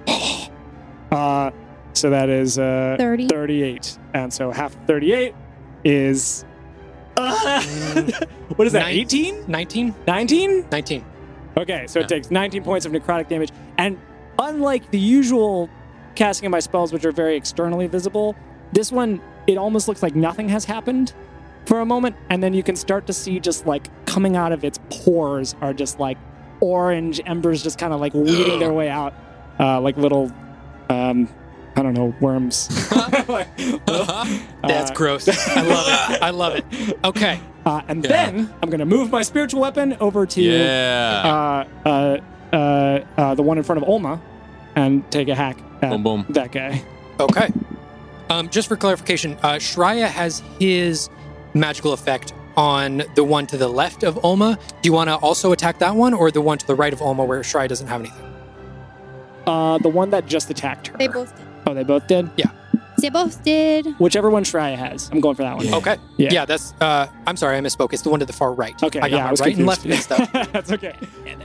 Okay. Uh, so that is uh, 30. 38, and so half of 38 is. what is that? Nine- 18? 19? 19? 19. Okay, so Yeah. it takes 19 points of necrotic damage. And unlike the usual casting of my spells, which are very externally visible, this one, it almost looks like nothing has happened for a moment. And then you can start to see just like coming out of its pores are just like orange embers just kind of like weeding their way out, uh, like little, um, I don't know, worms. That's Uh, gross. I love it. I love it. Okay. Uh, and Yeah. then I'm going to move my spiritual weapon over to Yeah. uh, uh, uh, uh, the one in front of Olma and take a hack at boom, boom. that guy. Okay. Um, just for clarification, uh, Shreya has his magical effect on the one to the left of Olma. Do you want to also attack that one or the one to the right of Olma where Shreya doesn't have anything? Uh, the one that just attacked her. They both did. oh, they both did? They both did. Whichever one Shreya has. I'm going for that one. Yeah. Okay. Yeah. that's. Uh, I'm sorry, I misspoke. It's the one to the far right. Oh, Okay, I got yeah, my I was right and left confused. mixed up. That's okay.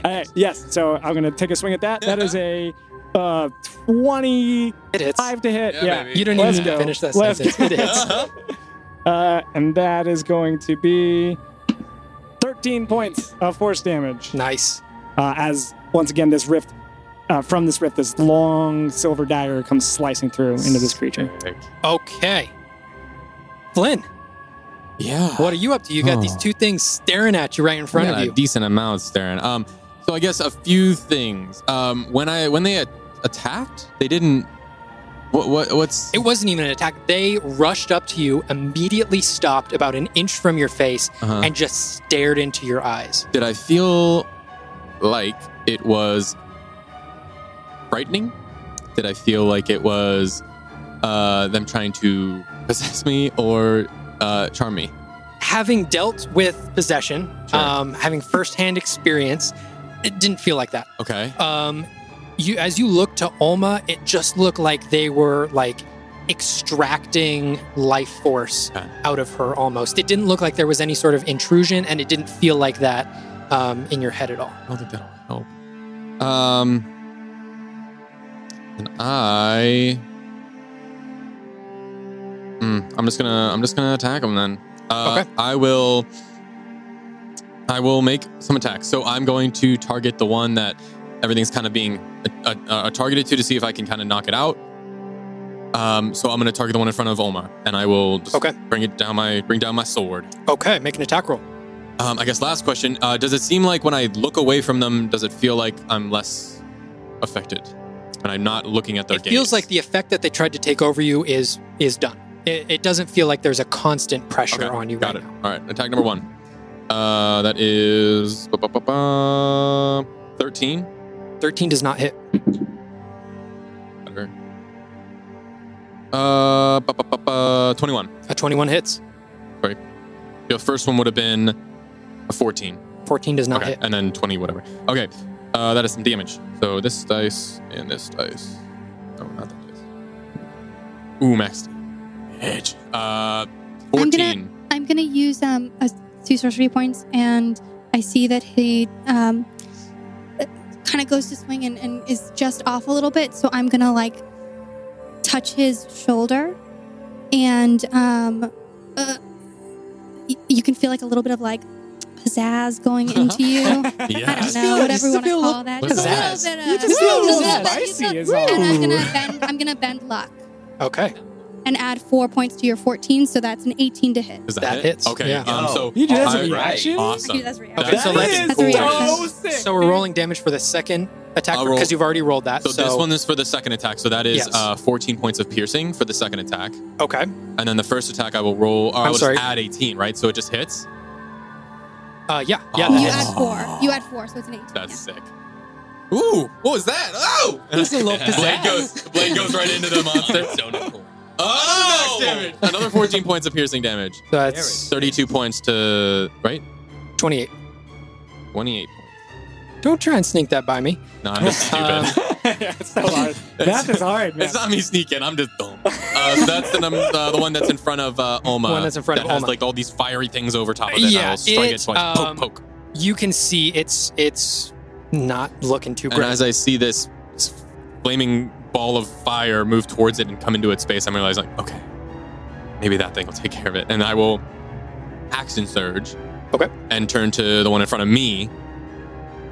All right, yes, so I'm going to take a swing at that. That is a uh, 25 It hits. to hit. Yeah. baby. You didn't Let's even go. finish that Let's sentence. go. It hits. Uh, and that is going to be 13 points of force damage. nice. uh, as once again this rift uh, from this rift this long silver dagger comes slicing through into this creature Okay. Flynn, Yeah. what are you up to? You got Oh. these two things staring at you right in front Yeah, of A you. decent amount, Darren. Um, so I guess a few things. Um, when I when they a- attacked, they didn't What, what, what's. It wasn't even an attack. They rushed up to you, immediately stopped about an inch from your face, Uh-huh. and just stared into your eyes. Did I feel like it was frightening? Did I feel like it was uh, them trying to possess me or uh, charm me? Having dealt with possession, Sure. um, having firsthand experience, it didn't feel like that. Okay. um you as you look to Olma, it just looked like they were like extracting life force Okay. out of her almost. It didn't look like there was any sort of intrusion and it didn't feel like that um, in your head at all. I don't think that'll help. Um, and I, Mm, I'm just gonna, I'm just gonna attack him then. Uh, Okay. I will, I will make some attacks. So I'm going to target the one that everything's kind of being uh, uh, targeted to to see if I can kind of knock it out. Um, so I'm gonna target the one in front of Olma, and I will just Okay. bring it down my bring down my sword. Okay, make an attack roll. Um, I guess last question. Uh, does it seem like when I look away from them, does it feel like I'm less affected? And I'm not looking at their It feels gaze? like the effect that they tried to take over you is is done. It, it doesn't feel like there's a constant pressure Okay, on you Got right it. All right. Attack number one. Uh, that is. ba, ba, ba, ba, 13. now. 13 does not hit. Better. Uh, ba, ba, ba, ba, 21. A 21 hits. The first one would have been a 14. 14 does not okay. hit. And then 20, whatever. Okay. Uh, that is some damage. So this dice and this dice. Oh, not that dice. Ooh, max damage. Uh, I'm gonna- 14. I'm gonna use um a, two sorcery points, and I see that he um kind of goes to swing and, and is just off a little bit. So I'm gonna like touch his shoulder, and um, uh, y- you can feel like a little bit of like pizzazz going into you. I Yeah. don't know, whatever you want to call that. Pizzazz. Just a little bit of You just feel a little Just bit, spicy just a- is all. And I'm gonna bend. I'm gonna bend luck Okay. and add four points to your 14, so that's an 18 to hit. Is that, That it? hits. Okay. Yeah. Um, so You do that as I- a reaction? I can do Awesome. that as a reaction. Okay, That so let's is so sick, So we're rolling damage for the second attack I'll roll- because you've already rolled that. So, So, this one is for the second attack. So that is Yes. uh, 14 points of piercing for the second attack. okay. And then the first attack I will roll. Or I I'm will sorry. just add 18, right? So it just hits. Uh, yeah, yeah, Oh. that You hits. add four. You add four, so it's an 18. That's sick. Ooh, what was that? Oh! He's a little blade pizzazz. goes, the blade goes right into the monster. Oh! damage. Another 14 points of piercing damage. So that's 32 points to, right? 28. 28 points. Don't try and sneak that by me. No, I'm just stupid. Um, That's so hard. Math is hard, man. It's not me sneaking. I'm just dumb. Uh, so that's the, num- uh, the one that's in front of uh, Oma. One that's in front that of has, Oma. like all these fiery things over top of it. Yeah, I'll strike it, it, twice. um, poke, poke. You can see it's it's not looking too And great. as I see this s- flaming ball of fire move towards it and come into its space, I'm realizing, like, okay, maybe that thing will take care of it. And I will action surge. Okay. And turn to the one in front of me.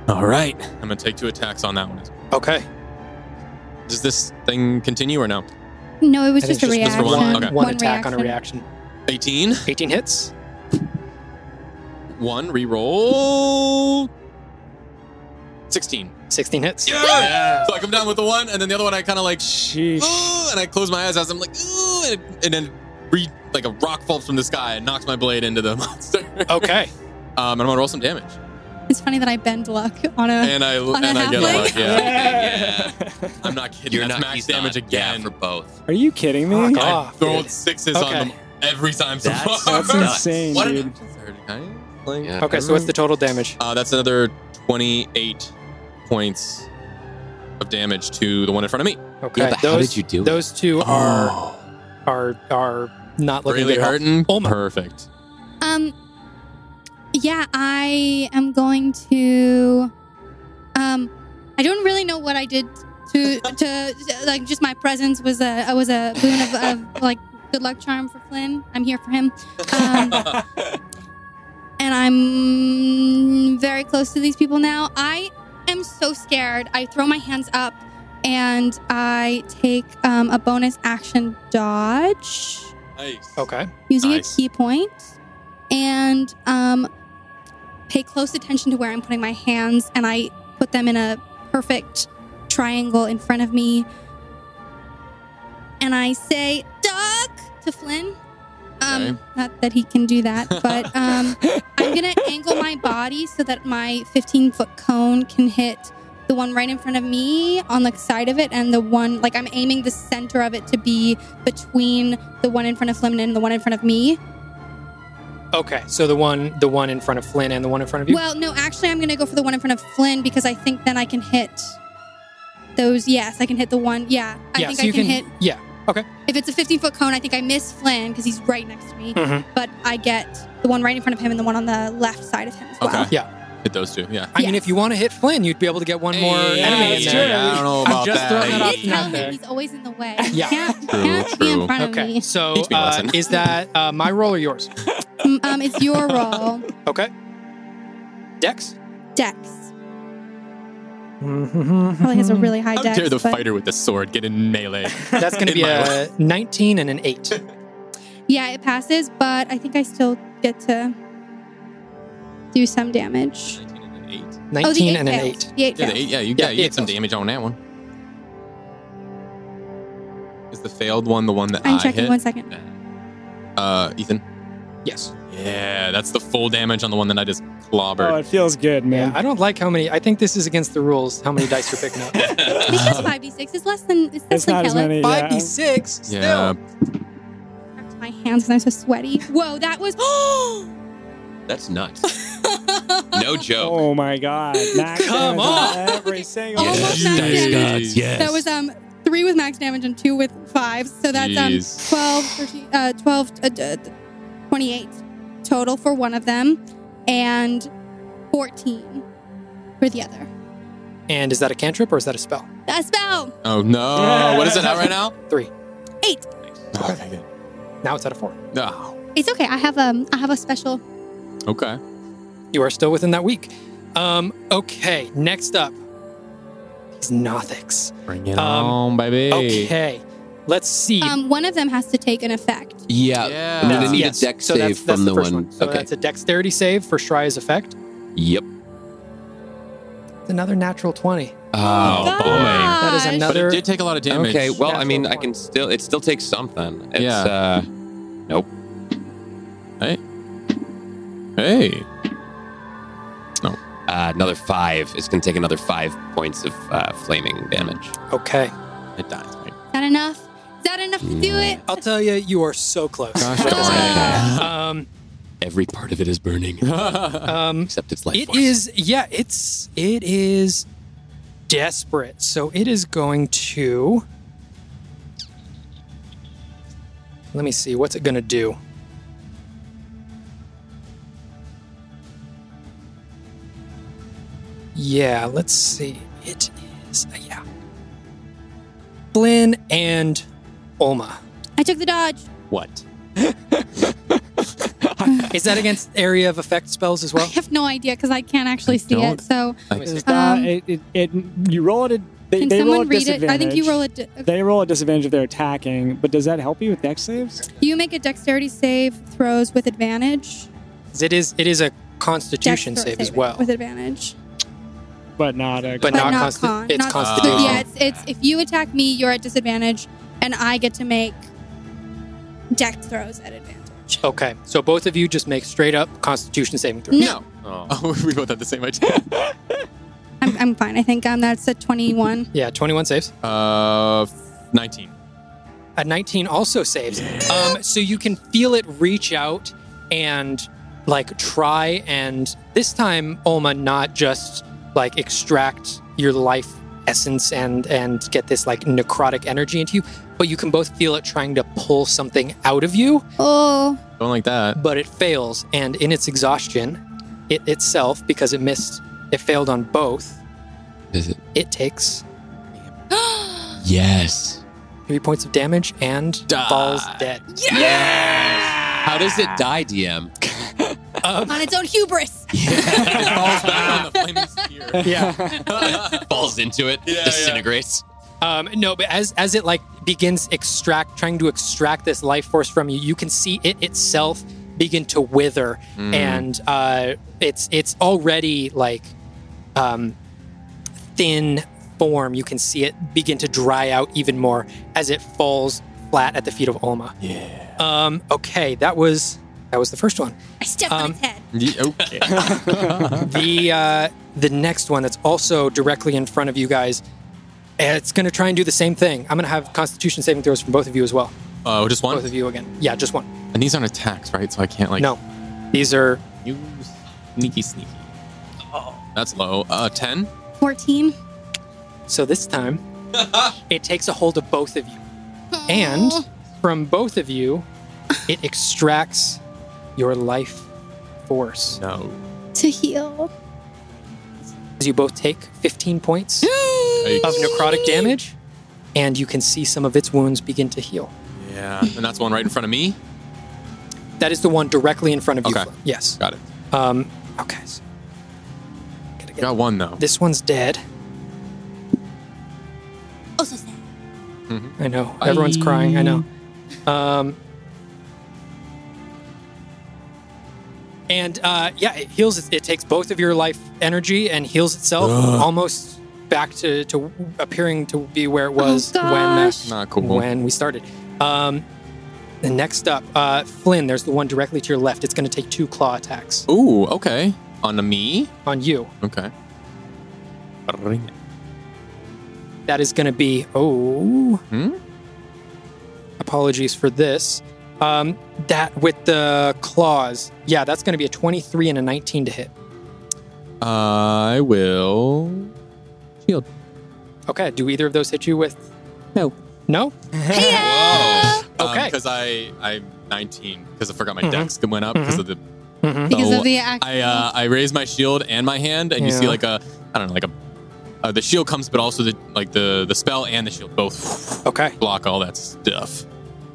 All right. I'm going to take two attacks on that one. okay. Does this thing continue or no? No, it was I think just a it's just reaction. for one- okay. One, attack on a reaction. 18. 18 hits. One, reroll. 16. 16 hits. So I come down with the one, and then the other one I kind of like, Sheesh. ooh, and I close my eyes as I'm like, ooh, and, and then re, like a rock falls from the sky and knocks my blade into the monster. um, Okay. and I'm gonna roll some damage, It's funny that I bend luck on a. and I a and I get a halfling? luck. Yeah, Yeah. I'm not kidding. You're That's not max he's damage not. Yeah, again. for both. Are you kidding me? Fuck I off, rolled dude. sixes Okay. on them every time so That's- far. That's nuts. insane, what dude. an action surge, guys. Like, Yeah. Okay. So what's the total damage? uh, that's another 28 points of damage to the one in front of me. Okay. Yeah, but how did you do it? Those two are are are not looking really good at all. hurting. Oma. Perfect. Um, yeah, I am going to. Um, I don't really know what I did to to like. Just my presence was a was a boon of, of like good luck charm for Flynn. I'm here for him. Um, and I'm very close to these people now. I am so scared. I throw my hands up and I take um, a bonus action dodge Nice. Okay. using Nice. a key point and um, pay close attention to where I'm putting my hands and I put them in a perfect triangle in front of me and I say "duck" to Flynn. Um, Okay. Not that he can do that, but um, I'm gonna angle my body so that my 15 foot cone can hit the one right in front of me on the side of it, and the one like I'm aiming the center of it to be between the one in front of Flynn and the one in front of me. Okay, so the one the one in front of Flynn and the one in front of you. Well, no, actually, I'm gonna go for the one in front of Flynn because I think then I can hit those. Yes, I can hit the one. Yeah, I yeah, think so I you can hit Yeah. If it's a 15 foot cone, I think I miss Flynn because he's right next to me. Mhm. But I get the one right in front of him and the one on the left side of him as well. Okay. Hit those two. Yeah. I mean, if you want to hit Flynn, you'd be able to get one more Hey, enemy in yeah, there. I don't know I'm about just that. throwing I that did off tell out him there. he's always in the way. Yeah. Can't, True, can't be in true. front of Okay, me. so Teach me a uh, lesson. is that uh, my roll or yours? Mm, Um, it's your roll, Okay. Dex. Dex. Mm-hmm. Probably has a really high How dex. dare the but- fighter with the sword get in melee? That's going to In be my a 19 and an Oh, 8. Yeah, it passes, but I think I still get to do some damage. 19 and an eight. 19 oh, the eight and an fails. 8. The eight Yeah, the fails. eight, yeah, you Yeah, got you eight get some fails. damage on that one. Is the failed one the one that I'm I checking hit? one second. Uh, Ethan. Yes. Yeah, that's the full damage on the one that I just Oh, clobbered. it feels good, Yeah, man. I don't like how many. I think this is against the rules, how many dice you're picking up. Because 5d6 is less than it's, less it's than not as Kelly. many. yeah. 5d6 yeah, Cracked My hands because I'm so sweaty. Whoa, that was. That's nuts. No joke. Oh my god. Max Come damage on. Every single Almost one. Yes. knocked Dice him. gods, yes. That was um three with max damage and two with five. So that's um Jeez. 12, 13, uh, 12, uh, d- uh, 28 total for one of them and 14 for the other. And is that a cantrip or is that a spell? That spell! Oh no! Yeah. What is it at right now? Three. Eight. Oh, dang it. Now it's at a four. Oh, It's okay. I have um I have a special. okay. You are still within that week. Um, okay, next up. He's Nothix. Bring it Um, on, baby. Okay. Let's see. Um, one of them has to take an effect. Yeah. Yeah. I'm gonna Yes, need yes. a deck So save that's- that's from the, first one. So Okay. that's a dexterity save for Shri's effect. Yep. It's another natural 20. Oh, boy. That is Gosh. But another. it did take a lot of damage. Okay. Well, I Natural mean, I one. can still. It still takes something. It's, Yeah. Uh, hey. uh, another five. It's gonna take another five points of uh, flaming damage. Mm. okay. It dies. Right? Is that enough? Is that enough to do it? I'll tell you, you are so close. Gosh Ah. Um, Every part of it is burning, darn it. um, except its life it force. is, yeah, it's, it is desperate. So it is going to. Let me see, what's it going to do? Yeah, let's see. It is, uh, yeah. Blinn and Olma. I took the dodge. what? Is that against area of effect spells as I well? have no idea because I can't actually I see it. don't- So It's not- it- it- it- you roll it. They, Um, can they roll someone at read it? I think you disadvantage. roll it. They roll at disadvantage if they're attacking, but does that help you with deck saves? You make a dexterity save throws with advantage. It is it is a constitution Dex throw save as saving well. with advantage. But not a. But but not not consti- con. it's not, constitution. But yeah, it's, it's if you attack me, you're at disadvantage, and I get to make deck throws at advantage. Okay. So both of you just make straight up constitution saving throws. No, Oh, we both had the same idea. I'm, I'm fine. I think um, that's a 21. Yeah, 21 saves. Uh, nineteen. A 19 also saves. Um so you can feel it reach out and like try and this time Olma not just like extract your life essence and and get this like necrotic energy into you, but you can both feel it trying to pull something out of you. Oh, Don't like that. but it fails and in its exhaustion it itself because it missed it failed on both Is it? it takes Yes. three points of damage and Die. falls dead How does Ah. it die, DM? on its own hubris. it falls back on the flaming spear. yeah Falls into it, Yeah, yeah. disintegrates. um, no but as as it like begins extract trying to extract this life force from you you can see it itself begin to wither Mm. and uh, it's it's already like um, thin form. You can see it begin to dry out even more as it falls flat at the feet of Olma. Yeah. Um, okay, that was that was the first one. I stepped Um, on his head. okay. the uh, the next one that's also directly in front of you guys. eh, It's going to try and do the same thing. I'm going to have Constitution saving throws from both of you as well. Oh, just Both one. of you again. Yeah, just one. And these aren't attacks, right? So I can't like no, these are You sneaky, sneaky. That's low. Uh, ten. 14. So this time, it takes a hold of both of you. And from both of you, it extracts your life force. No. to heal. As you both take 15 points of necrotic damage, and you can see some of its wounds begin to heal. Yeah. And that's one right in front of me. That is the one directly in front of you. Okay. Flynn. Yes. Got it. Um, okay. So gotta get- Got one though. this one's dead. Also Oh, sad. I know. Everyone's crying. I know. Um, and uh, yeah, it heals. It, it takes both of your life energy and heals itself almost back to, to appearing to be where it was oh, when uh, gosh. Not cool. when we started. Um, the next up, uh, Flynn. There's the one directly to your left. It's going to take two claw attacks Ooh. Okay. On a me. on you. Okay. That is going to be oh. Hmm? Apologies for this. Um, that with the claws, yeah, that's going to be a 23 and a 19 to hit. I will. Okay, do either of those hit you with? No. No. Whoa. Okay. Because Um, I I'm 19 because I forgot my Mhm. dex that went up because of the Because So of the act. I uh, I raise my shield and my hand, and you see Yeah. like a I don't know like a uh, the shield comes, but also the like the the spell and the shield both Okay. block all that stuff.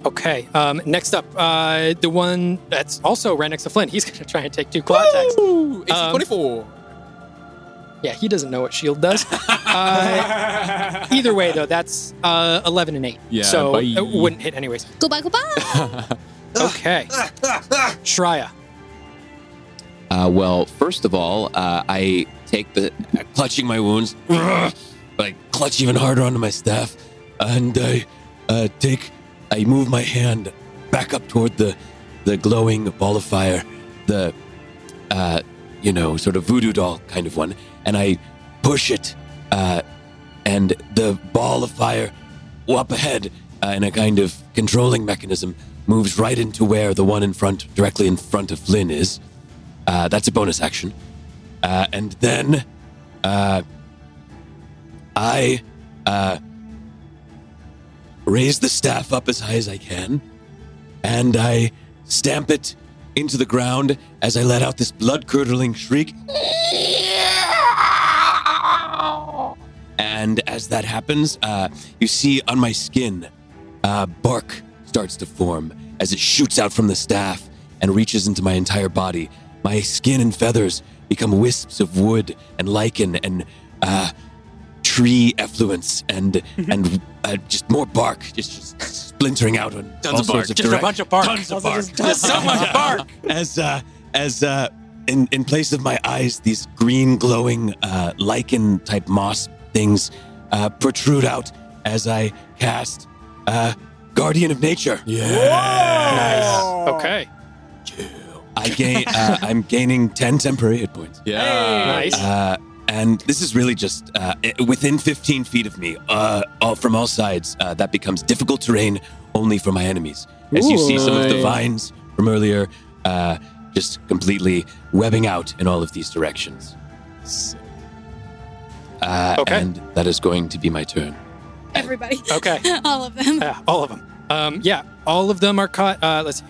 Okay. Um, next up, uh, the one that's also right next to Flynn. He's going to try and take two claw attacks. Ooh, it's Um, 24. Yeah, he doesn't know what shield E does. uh, either way, though, that's uh, 11 and 8. Yeah, So bye. it wouldn't hit anyways. goodbye, goodbye. Okay. Shreya. Uh, well, first of all, uh, I take the uh, clutching my wounds, I clutch even harder onto my staff, and I uh, take, I move my hand back up toward the the glowing ball of fire, the uh, you know sort of voodoo doll kind of one, and I push it, uh, and the ball of fire up ahead uh, in a kind of controlling mechanism moves right into where the one in front, directly in front of Flynn is. Uh, that's a bonus action. Uh, and then uh, I uh, raise the staff up as high as I can, and I stamp it into the ground as I let out this blood curdling shriek. And as that happens, uh, you see on my skin, uh, bark starts to form as it shoots out from the staff and reaches into my entire body. My skin and feathers become wisps of wood and lichen and uh, tree effluence and Mm-hmm. and uh, just more bark, just, just splintering out on of all bark. sorts of Just a direct- bunch of bark. Tons of Also bark. just tons So much bark. As uh, as uh, in in place of my eyes, these green glowing uh, lichen type moss things uh, protrude out as I cast uh, Guardian of Nature. Nice. Okay. I gain. Uh, I'm gaining ten temporary hit points. Yeah. Nice. Uh, and this is really just uh, i- within 15 feet of me, uh, all, from all sides. Uh, that becomes difficult terrain only for my enemies. As you see some of the Ooh. vines from earlier, uh, just completely webbing out in all of these directions. Uh, Okay. And that is going to be my turn. Everybody. Okay. All of them. Yeah, all of them. Um, yeah, all of them are caught. Uh, let's see.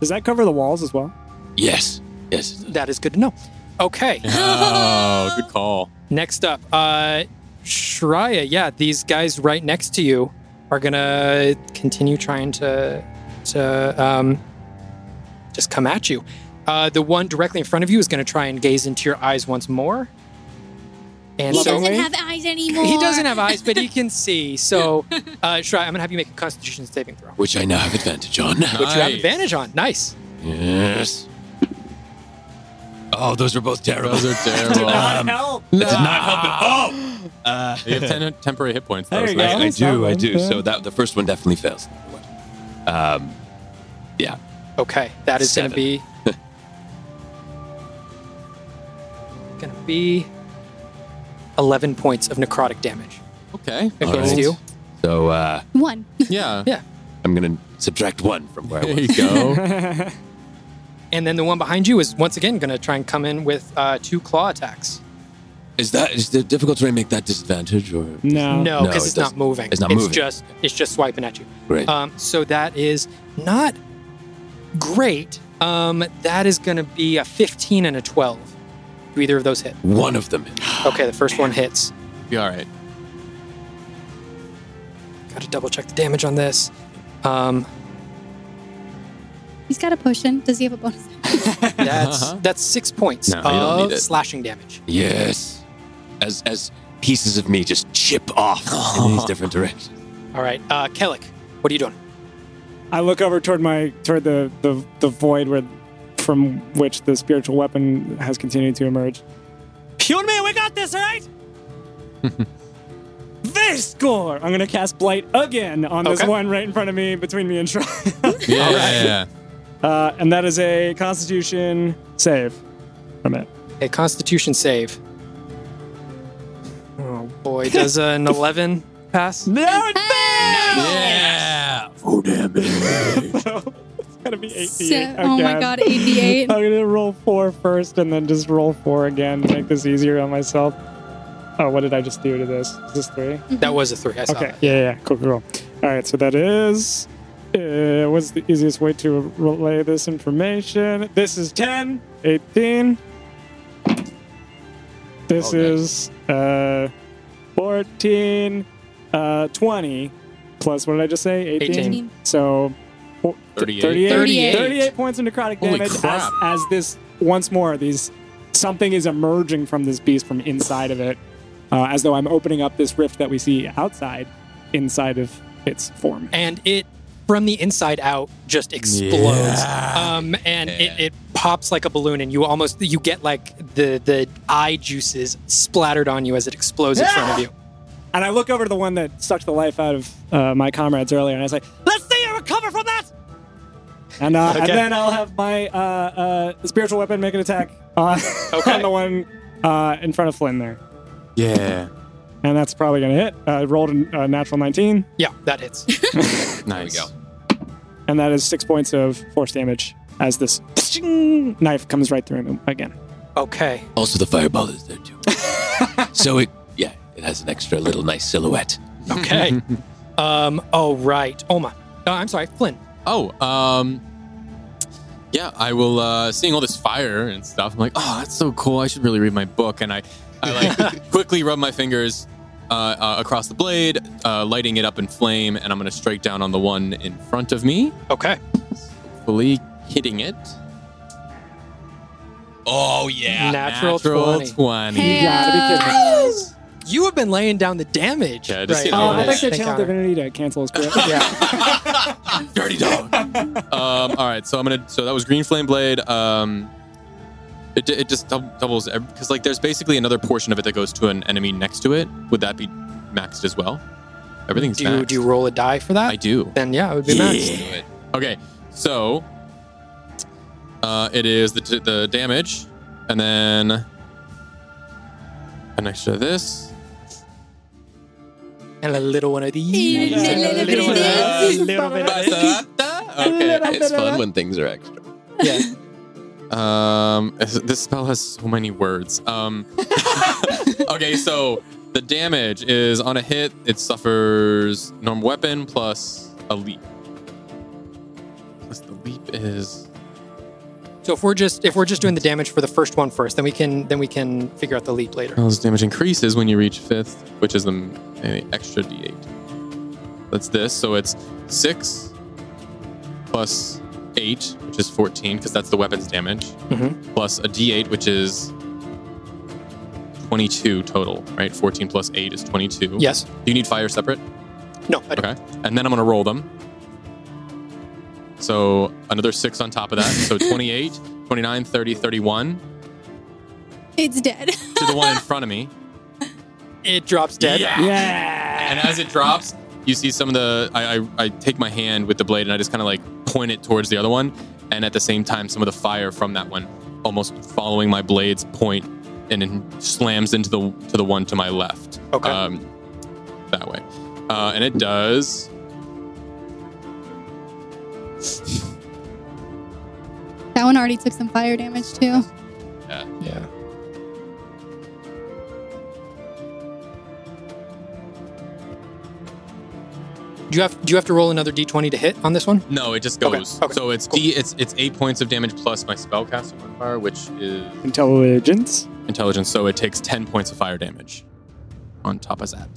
Does that cover the walls as well? Yes. Yes. That is good to know. Okay. Oh, good call. Next up, uh, Shreya. Yeah, these guys right next to you are gonna continue trying to to um, just come at you. Uh, the one directly in front of you is gonna try and gaze into your eyes once more. And He so doesn't have eyes anymore. he doesn't have eyes, but he can see. So, uh, Shreya, I'm gonna have you make a Constitution saving throw, which Which I now have advantage on. you have Nice. advantage on. Nice. Yes. Oh, those were both terrible. Those are terrible. Um, That did not help at all. Uh, you have ten temporary hit points. Though, There so you that's go. I nice. do, I do. Okay. So that the first one definitely fails. Um, yeah, Okay, that is going to Seven. be. going to be 11 points of necrotic damage. Okay. It All goes right. to you. so uh, One. Yeah. Yeah. I'm gonna subtract one from where I There was. you go. And then the one behind you is once again going to try and come in with uh, two claw attacks. Is that is the difficult terrain make that disadvantage or no. No, No, because it it's not doesn't. moving. It's not moving. just it's just swiping at you. great? Um, so that is not great. Um, that is going to be a 15 and a 12. Do either of those hit? one of them. hit. Okay, the first one hits. Be all right. Got to double check the damage on this. Um, He's got a potion. Does he have a bonus? that's Uh-huh. that's six points No, you don't of need it. slashing damage. Yes, as as pieces of me just chip off in Oh. these different directions. All right, uh, Kellic, what are you doing? I look over toward my toward the the, the void where from which the spiritual weapon has continued to emerge. You and me, we got this, all right? this score. I'm gonna cast blight again on this Okay. one right in front of me, between me and Troy. Yeah. yeah. uh, and that is a Constitution save from it. A Constitution save. Oh boy, does an 11 pass? No, it Yeah. Oh damn it! failed. it's gonna be 88. So, oh my again. god, 88. I'm gonna roll four first and then just roll four again to make this easier on myself. Oh, what did I just do to this? Is this three? That was a three. I saw Okay, that. yeah, yeah, yeah. cool, cool. All right, so that is. Uh, what's the easiest way to relay this information? This is 10, 18. This Okay. is uh, 14, uh, 20, plus what did I just say? 18. 18. So four- 38. 38, 38. 38 points of necrotic Holy damage as, crap. as this once more these something is emerging from this beast from inside of it uh, as though I'm opening up this rift that we see outside inside of its form. And it, from the inside out, just explodes. Um, and it, it pops like a balloon, and you almost you get like the the eye juices splattered on you as it explodes in front of you. And I look over to the one that sucked the life out of uh, my comrades earlier and I say, "Let's see you recover from that." And, uh, and Okay. then I'll have my uh, uh, spiritual weapon make an attack on, Okay. on the one uh, in front of Flynn there. Yeah. And that's probably going to hit. I rolled a uh, natural 19. Yeah, that hits. Nice. go. and that is six points of force damage as this knife comes right through him again. Okay. Also, the fireball is there too. so it yeah, it has an extra little nice silhouette. Okay. um. All right. Oma. No, I'm sorry, Flynn. Oh, um, yeah, I will, uh, seeing all this fire and stuff, I'm like, oh, that's so cool. I should really read my book. And I, I like quickly rub my fingers uh, uh, across the blade, uh, lighting it up in flame, and I'm going to strike down on the one in front of me, Okay. fully hitting it. Oh, yeah. Natural 20. 20. Hey, You gotta be kidding me. uh, You have been laying down the damage. Yeah, just right hit Uh, Oh, I yeah. think roll. the channel Encounter. divinity to cancel his crit. Yeah. Dirty dog. um, all right, so I'm gonna. So that was Green Flame Blade. Um, it, it just dub- doubles because like there's basically another portion of it that goes to an enemy next to it. Would that be maxed as well? Everything's Do you, maxed. do you roll a die for that? I do. then yeah, it would be maxed. Okay, so uh, it is the t- the damage, and then an extra this. And a little one of these. Yeah. and a little one of Yeah. these. okay. It's fun when things are extra. Yeah. Um, this- this spell has so many words. Um, okay, so the damage is on a hit. It suffers normal weapon plus a leap. Plus the leap is So if we're just if we're just doing the damage for the first one first, then we can then we can figure out the leap later. well, this damage increases when you reach fifth, which is the uh, extra d8. That's this. So it's six plus eight, which is fourteen, because that's the weapon's damage, Mhm. plus a d8, which is. 22 total, right? 14 plus 8 is 22. Yes. Do you need fire separate? No. I don't. Okay. And then I'm going to roll them. So another six on top of that. So 28, 29, 30, 31. It's dead. to the one in front of me. It drops dead. Yeah. Yeah. And as it drops, you see some of the. I, I, I take my hand with the blade and I just kind of like point it towards the other one. And at the same time, some of the fire from that one almost following my blade's point and then slams into the to the one to my left. Okay. Um, that way. Uh, and it does. That one already took some fire damage too. Yeah. Do you have do you have to roll another d20 to hit on this one? No, it just Okay, goes. okay, So it's cool. D. It's it's eight points of damage plus my spellcaster modifier, which is Intelligence. intelligence. So it takes ten points of fire damage. On top of that,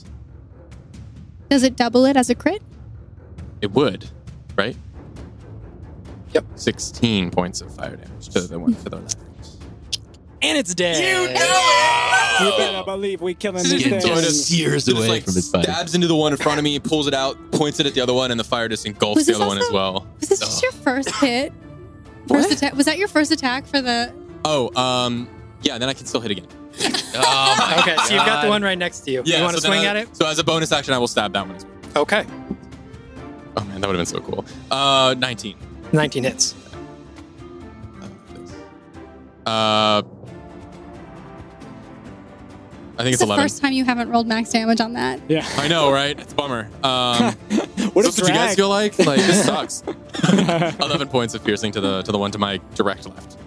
Does it double it as a crit? it would, right? Yep. Sixteen points of fire damage to the one to the left. And it's dead. You You better believe we killing Just these get things. to it. Years It just, away like, from his body. Stabs into the one in front of me, pulls it out, points it at the other one, and the fire just engulfs Was the this other one as also- well. Was this just your first hit? First attack? Was that your first attack for the? Oh, um, yeah. Then I can still hit again. Oh my Okay, so you've got the God. one right next to you. Uh, Yeah. you want to so then swing I- at it? So as a bonus action, I will stab that one. as well. Okay. Oh man, that would have been so cool. Uh, nineteen. 19 hits. Uh, I It's think it's the eleven. first time you haven't rolled max damage on that. Yeah. I know, right? It's a bummer. Um, What is a this what you guys drag. feel like? Like this sucks. Eleven points of piercing to the to the one to my direct left.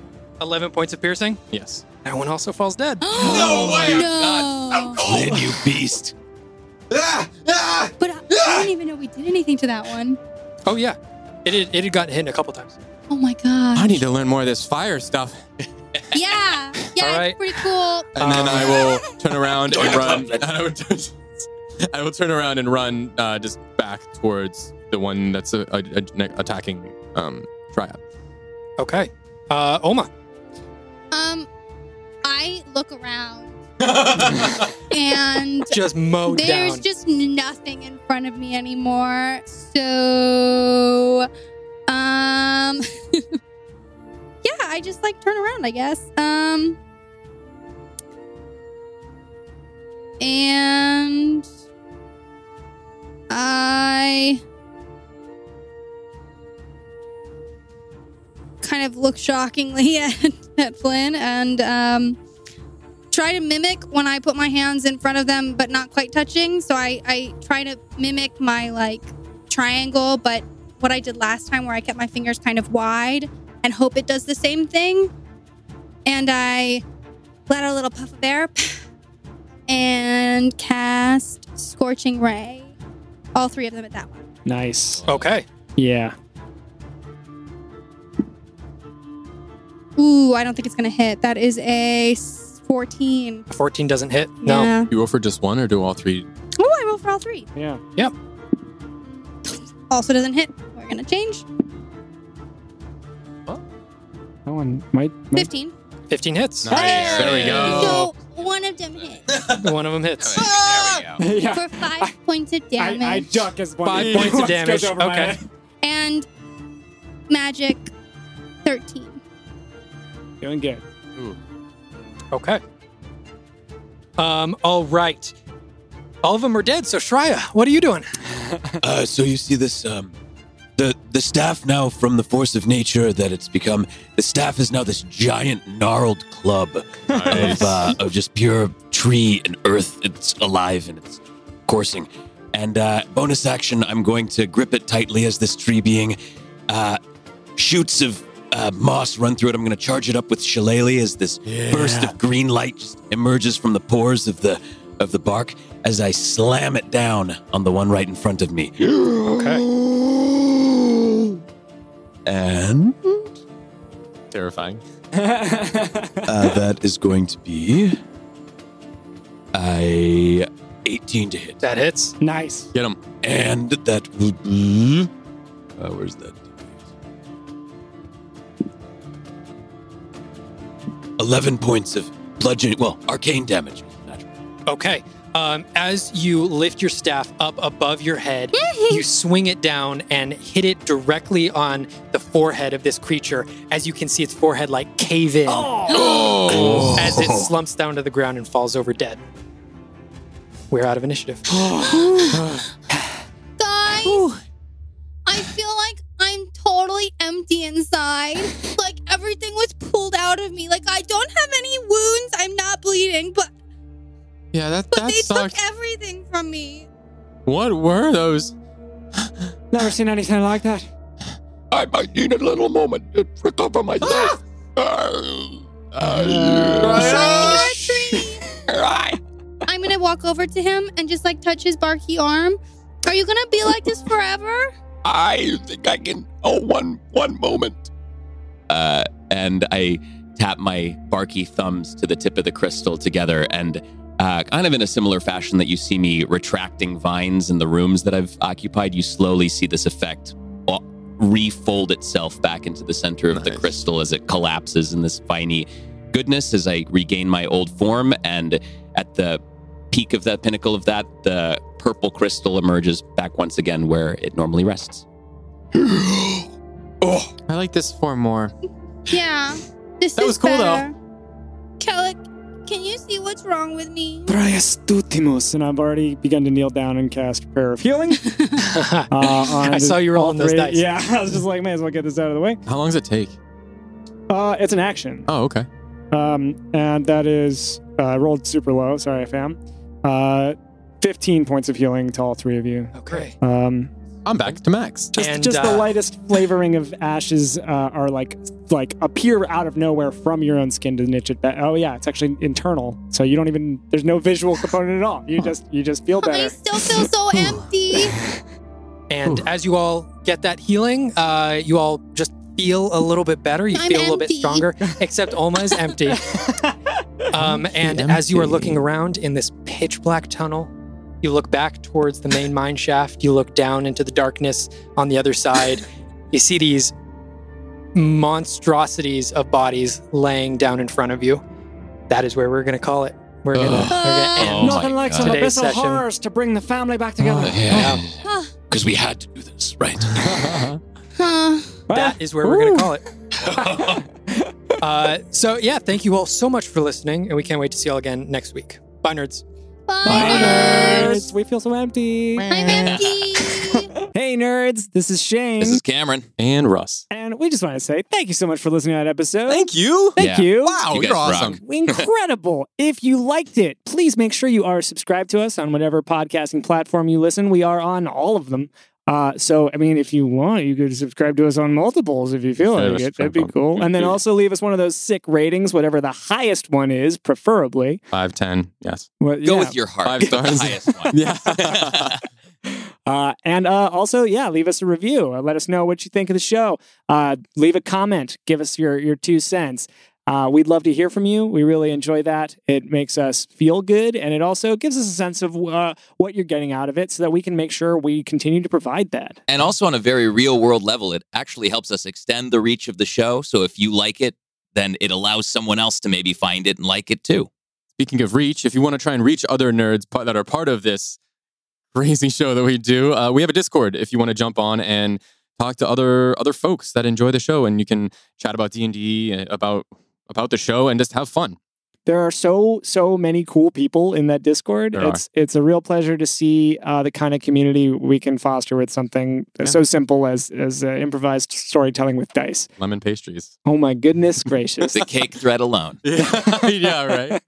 11 points of piercing. Yes. That one also falls dead. no way. No. Lynn, you beast. But I, I didn't even know we did anything to that one. Oh, yeah. It had, it had gotten hit a couple times. Oh my god. I need to learn more of this fire stuff. Yeah. Yeah. All right. It's pretty cool. And then Um, I will turn around and run. And I, would turn, I will turn around and run uh, just back towards the one that's uh, uh, uh, attacking um, Triad. Okay. Uh, Oma. Um, I look around and Just mowed there's down. just nothing in front of me anymore. So, um, yeah, I just like turn around, I guess. Um, and I kind of look shockingly at, at Flynn and, um, try to mimic when I put my hands in front of them, but not quite touching. So I, I try to mimic my like triangle, but what I did last time where I kept my fingers kind of wide and hope it does the same thing. And I let out a little puff of air and cast Scorching Ray. All three of them at that one. Nice. okay. Yeah. Ooh, I don't think it's going to hit. That is a s- 14. A 14 doesn't hit. No. Yeah. You roll for just one or do all three? Ooh, I rolled for all three. Yeah. Also doesn't hit. We're going to change. That one might. might 15. 15 hits. Nice. There we go. So one of them hit One of them hits. There we go. yeah. for five points of I, damage I duck as one. Five points of damage. Goes over my Okay. head. and magic thirteen. Doing good. Okay. Um, all right. All of them are dead, so Shreya, what are you doing? Uh, so you see this um, the the staff now from the force of nature that it's become. The staff is now this giant gnarled club of, uh, of just pure tree and earth. It's alive and it's coursing. And uh, bonus action, I'm going to grip it tightly as this tree being uh, shoots of uh, moss run through it. I'm going to charge it up with shillelagh as this burst of green light just emerges from the pores of the of the bark as I slam it down on the one right in front of me. Okay. And Terrifying. uh, that is going to be a 18 to hit. That hits. Nice. Get him. And that will be. Uh, where's that? Eleven points of bludgeoning. Well, arcane damage. Natural. Okay. Um, as you lift your staff up above your head, you swing it down and hit it directly on the forehead of this creature. As you can see, its forehead like cave in Oh. as it slumps down to the ground and falls over dead. We're out of initiative. Guys, I feel like I'm totally empty inside. Like everything was pulled out of me. Like I don't have any wounds. I'm not bleeding, but Yeah, that but that they sucked. took everything from me. what were those? Never seen anything like that. I might need a little moment to recover Ah! Ah! myself. Uh, I'm gonna walk over to him and just like touch his barky arm. Are you gonna be like this forever? I think I can. Oh, one one moment. Uh, and I tap my barky thumbs to the tip of the crystal together, and uh, kind of in a similar fashion that you see me retracting vines in the rooms that I've occupied, you slowly see this effect uh, refold itself back into the center of the Nice. crystal as it collapses in this viney goodness as I regain my old form. And at the peak of that pinnacle of that, the purple crystal emerges back once again where it normally rests. oh, I like this form more. Yeah. This That is was cool, though. better. Kellic, can you see what's wrong with me? Priestutimus, and I've already begun to kneel down and cast prayer of healing. Uh, on I saw you rolling all those three- dice. Yeah, I was just like, may as well get this out of the way. How long does it take? Uh, it's an action, Oh, okay. um, and that is uh, I rolled super low. Sorry, fam. Uh, Fifteen points of healing to all three of you. Okay. Um, I'm back to max. just And, just the uh, lightest flavoring of ashes uh, are like like appear out of nowhere from your own skin to niche it back. Oh yeah, it's actually internal, so you don't even there's no visual component at all. You just you just feel I better. still feel so empty. And as you all get that healing, uh, you all just feel a little bit better. You I'm feel a little bit empty. stronger, except Alma is empty. Um, and as you are looking around in this pitch black tunnel, you look back towards the main mine shaft. You look down into the darkness on the other side. you see these monstrosities of bodies laying down in front of you. That is where we're going to call it. We're going to Oh my Nothing like some God. Today's abyssal session. horrors to bring the family back together. Oh, Yeah. Huh. Because we had to do this, right? Huh. that is where we're going Woo. to call it. uh, so, yeah, thank you all so much for listening, and we can't wait to see you all again next week. Bye, nerds. Bye, nerds. Nerds, we feel so empty. I'm empty. Hey, nerds, this is Shane. this is Cameron. And Russ. and we just want to say thank you so much for listening to that episode. Thank you. Thank Yeah. you. Wow, You you guys are awesome. rock. Incredible. if you liked it, please make sure you are subscribed to us on whatever podcasting platform you listen. We are on all of them. Uh, so, I mean, if you want, you could subscribe to us on multiples if you feel Yeah, like that's it. That'd be fun. cool. And then also leave us one of those sick ratings, whatever the highest one is, preferably. Five ten. Yes. Well, Go yeah. with your heart. Five Get the stars. highest one. Yeah. Uh, and uh, also, yeah, leave us a review. Uh, let us know what you think of the show. Uh, leave a comment. Give us your your two cents. Uh, we'd love to hear from you. We really enjoy that. It makes us feel good, and it also gives us a sense of uh, what you're getting out of it, so that we can make sure we continue to provide that. And also on a very real world level, it actually helps us extend the reach of the show. So if you like it, then it allows someone else to maybe find it and like it too. Speaking of reach, if you want to try and reach other nerds pa- that are part of this crazy show that we do, uh, we have a Discord. If you want to jump on and talk to other other folks that enjoy the show, and you can chat about D and D, uh, about about the show, and just have fun. there are so so many cool people in that discord There are. it's it's a real pleasure to see uh, the kind of community we can foster with something so simple as as uh, improvised storytelling with dice Lemon pastries. oh my goodness gracious The cake thread alone. Yeah, yeah, right.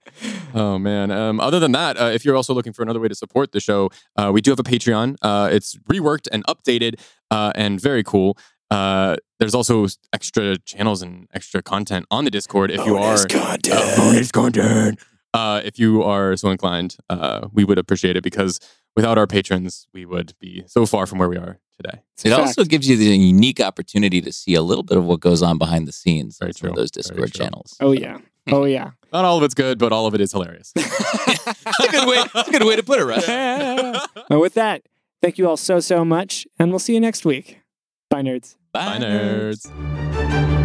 Oh man. Um, other than that, uh, if you're also looking for another way to support the show, uh, we do have a Patreon. Uh, it's reworked and updated, uh, and very cool. Uh, there's also extra channels and extra content on the Discord. If Oh, you are uh, bonus content. Uh, if you are so inclined, uh, we would appreciate it because without our patrons, we would be so far from where we are today. It's a It fact. also gives you the unique opportunity to see a little bit of what goes on behind the scenes Very in some of true. those Very Discord true. channels. oh yeah oh yeah Not all of it's good, but all of it is hilarious. That's a good way. That's a good way to put it, Russ. and with that thank you all so so much and we'll see you next week bye nerds Bye, nerds.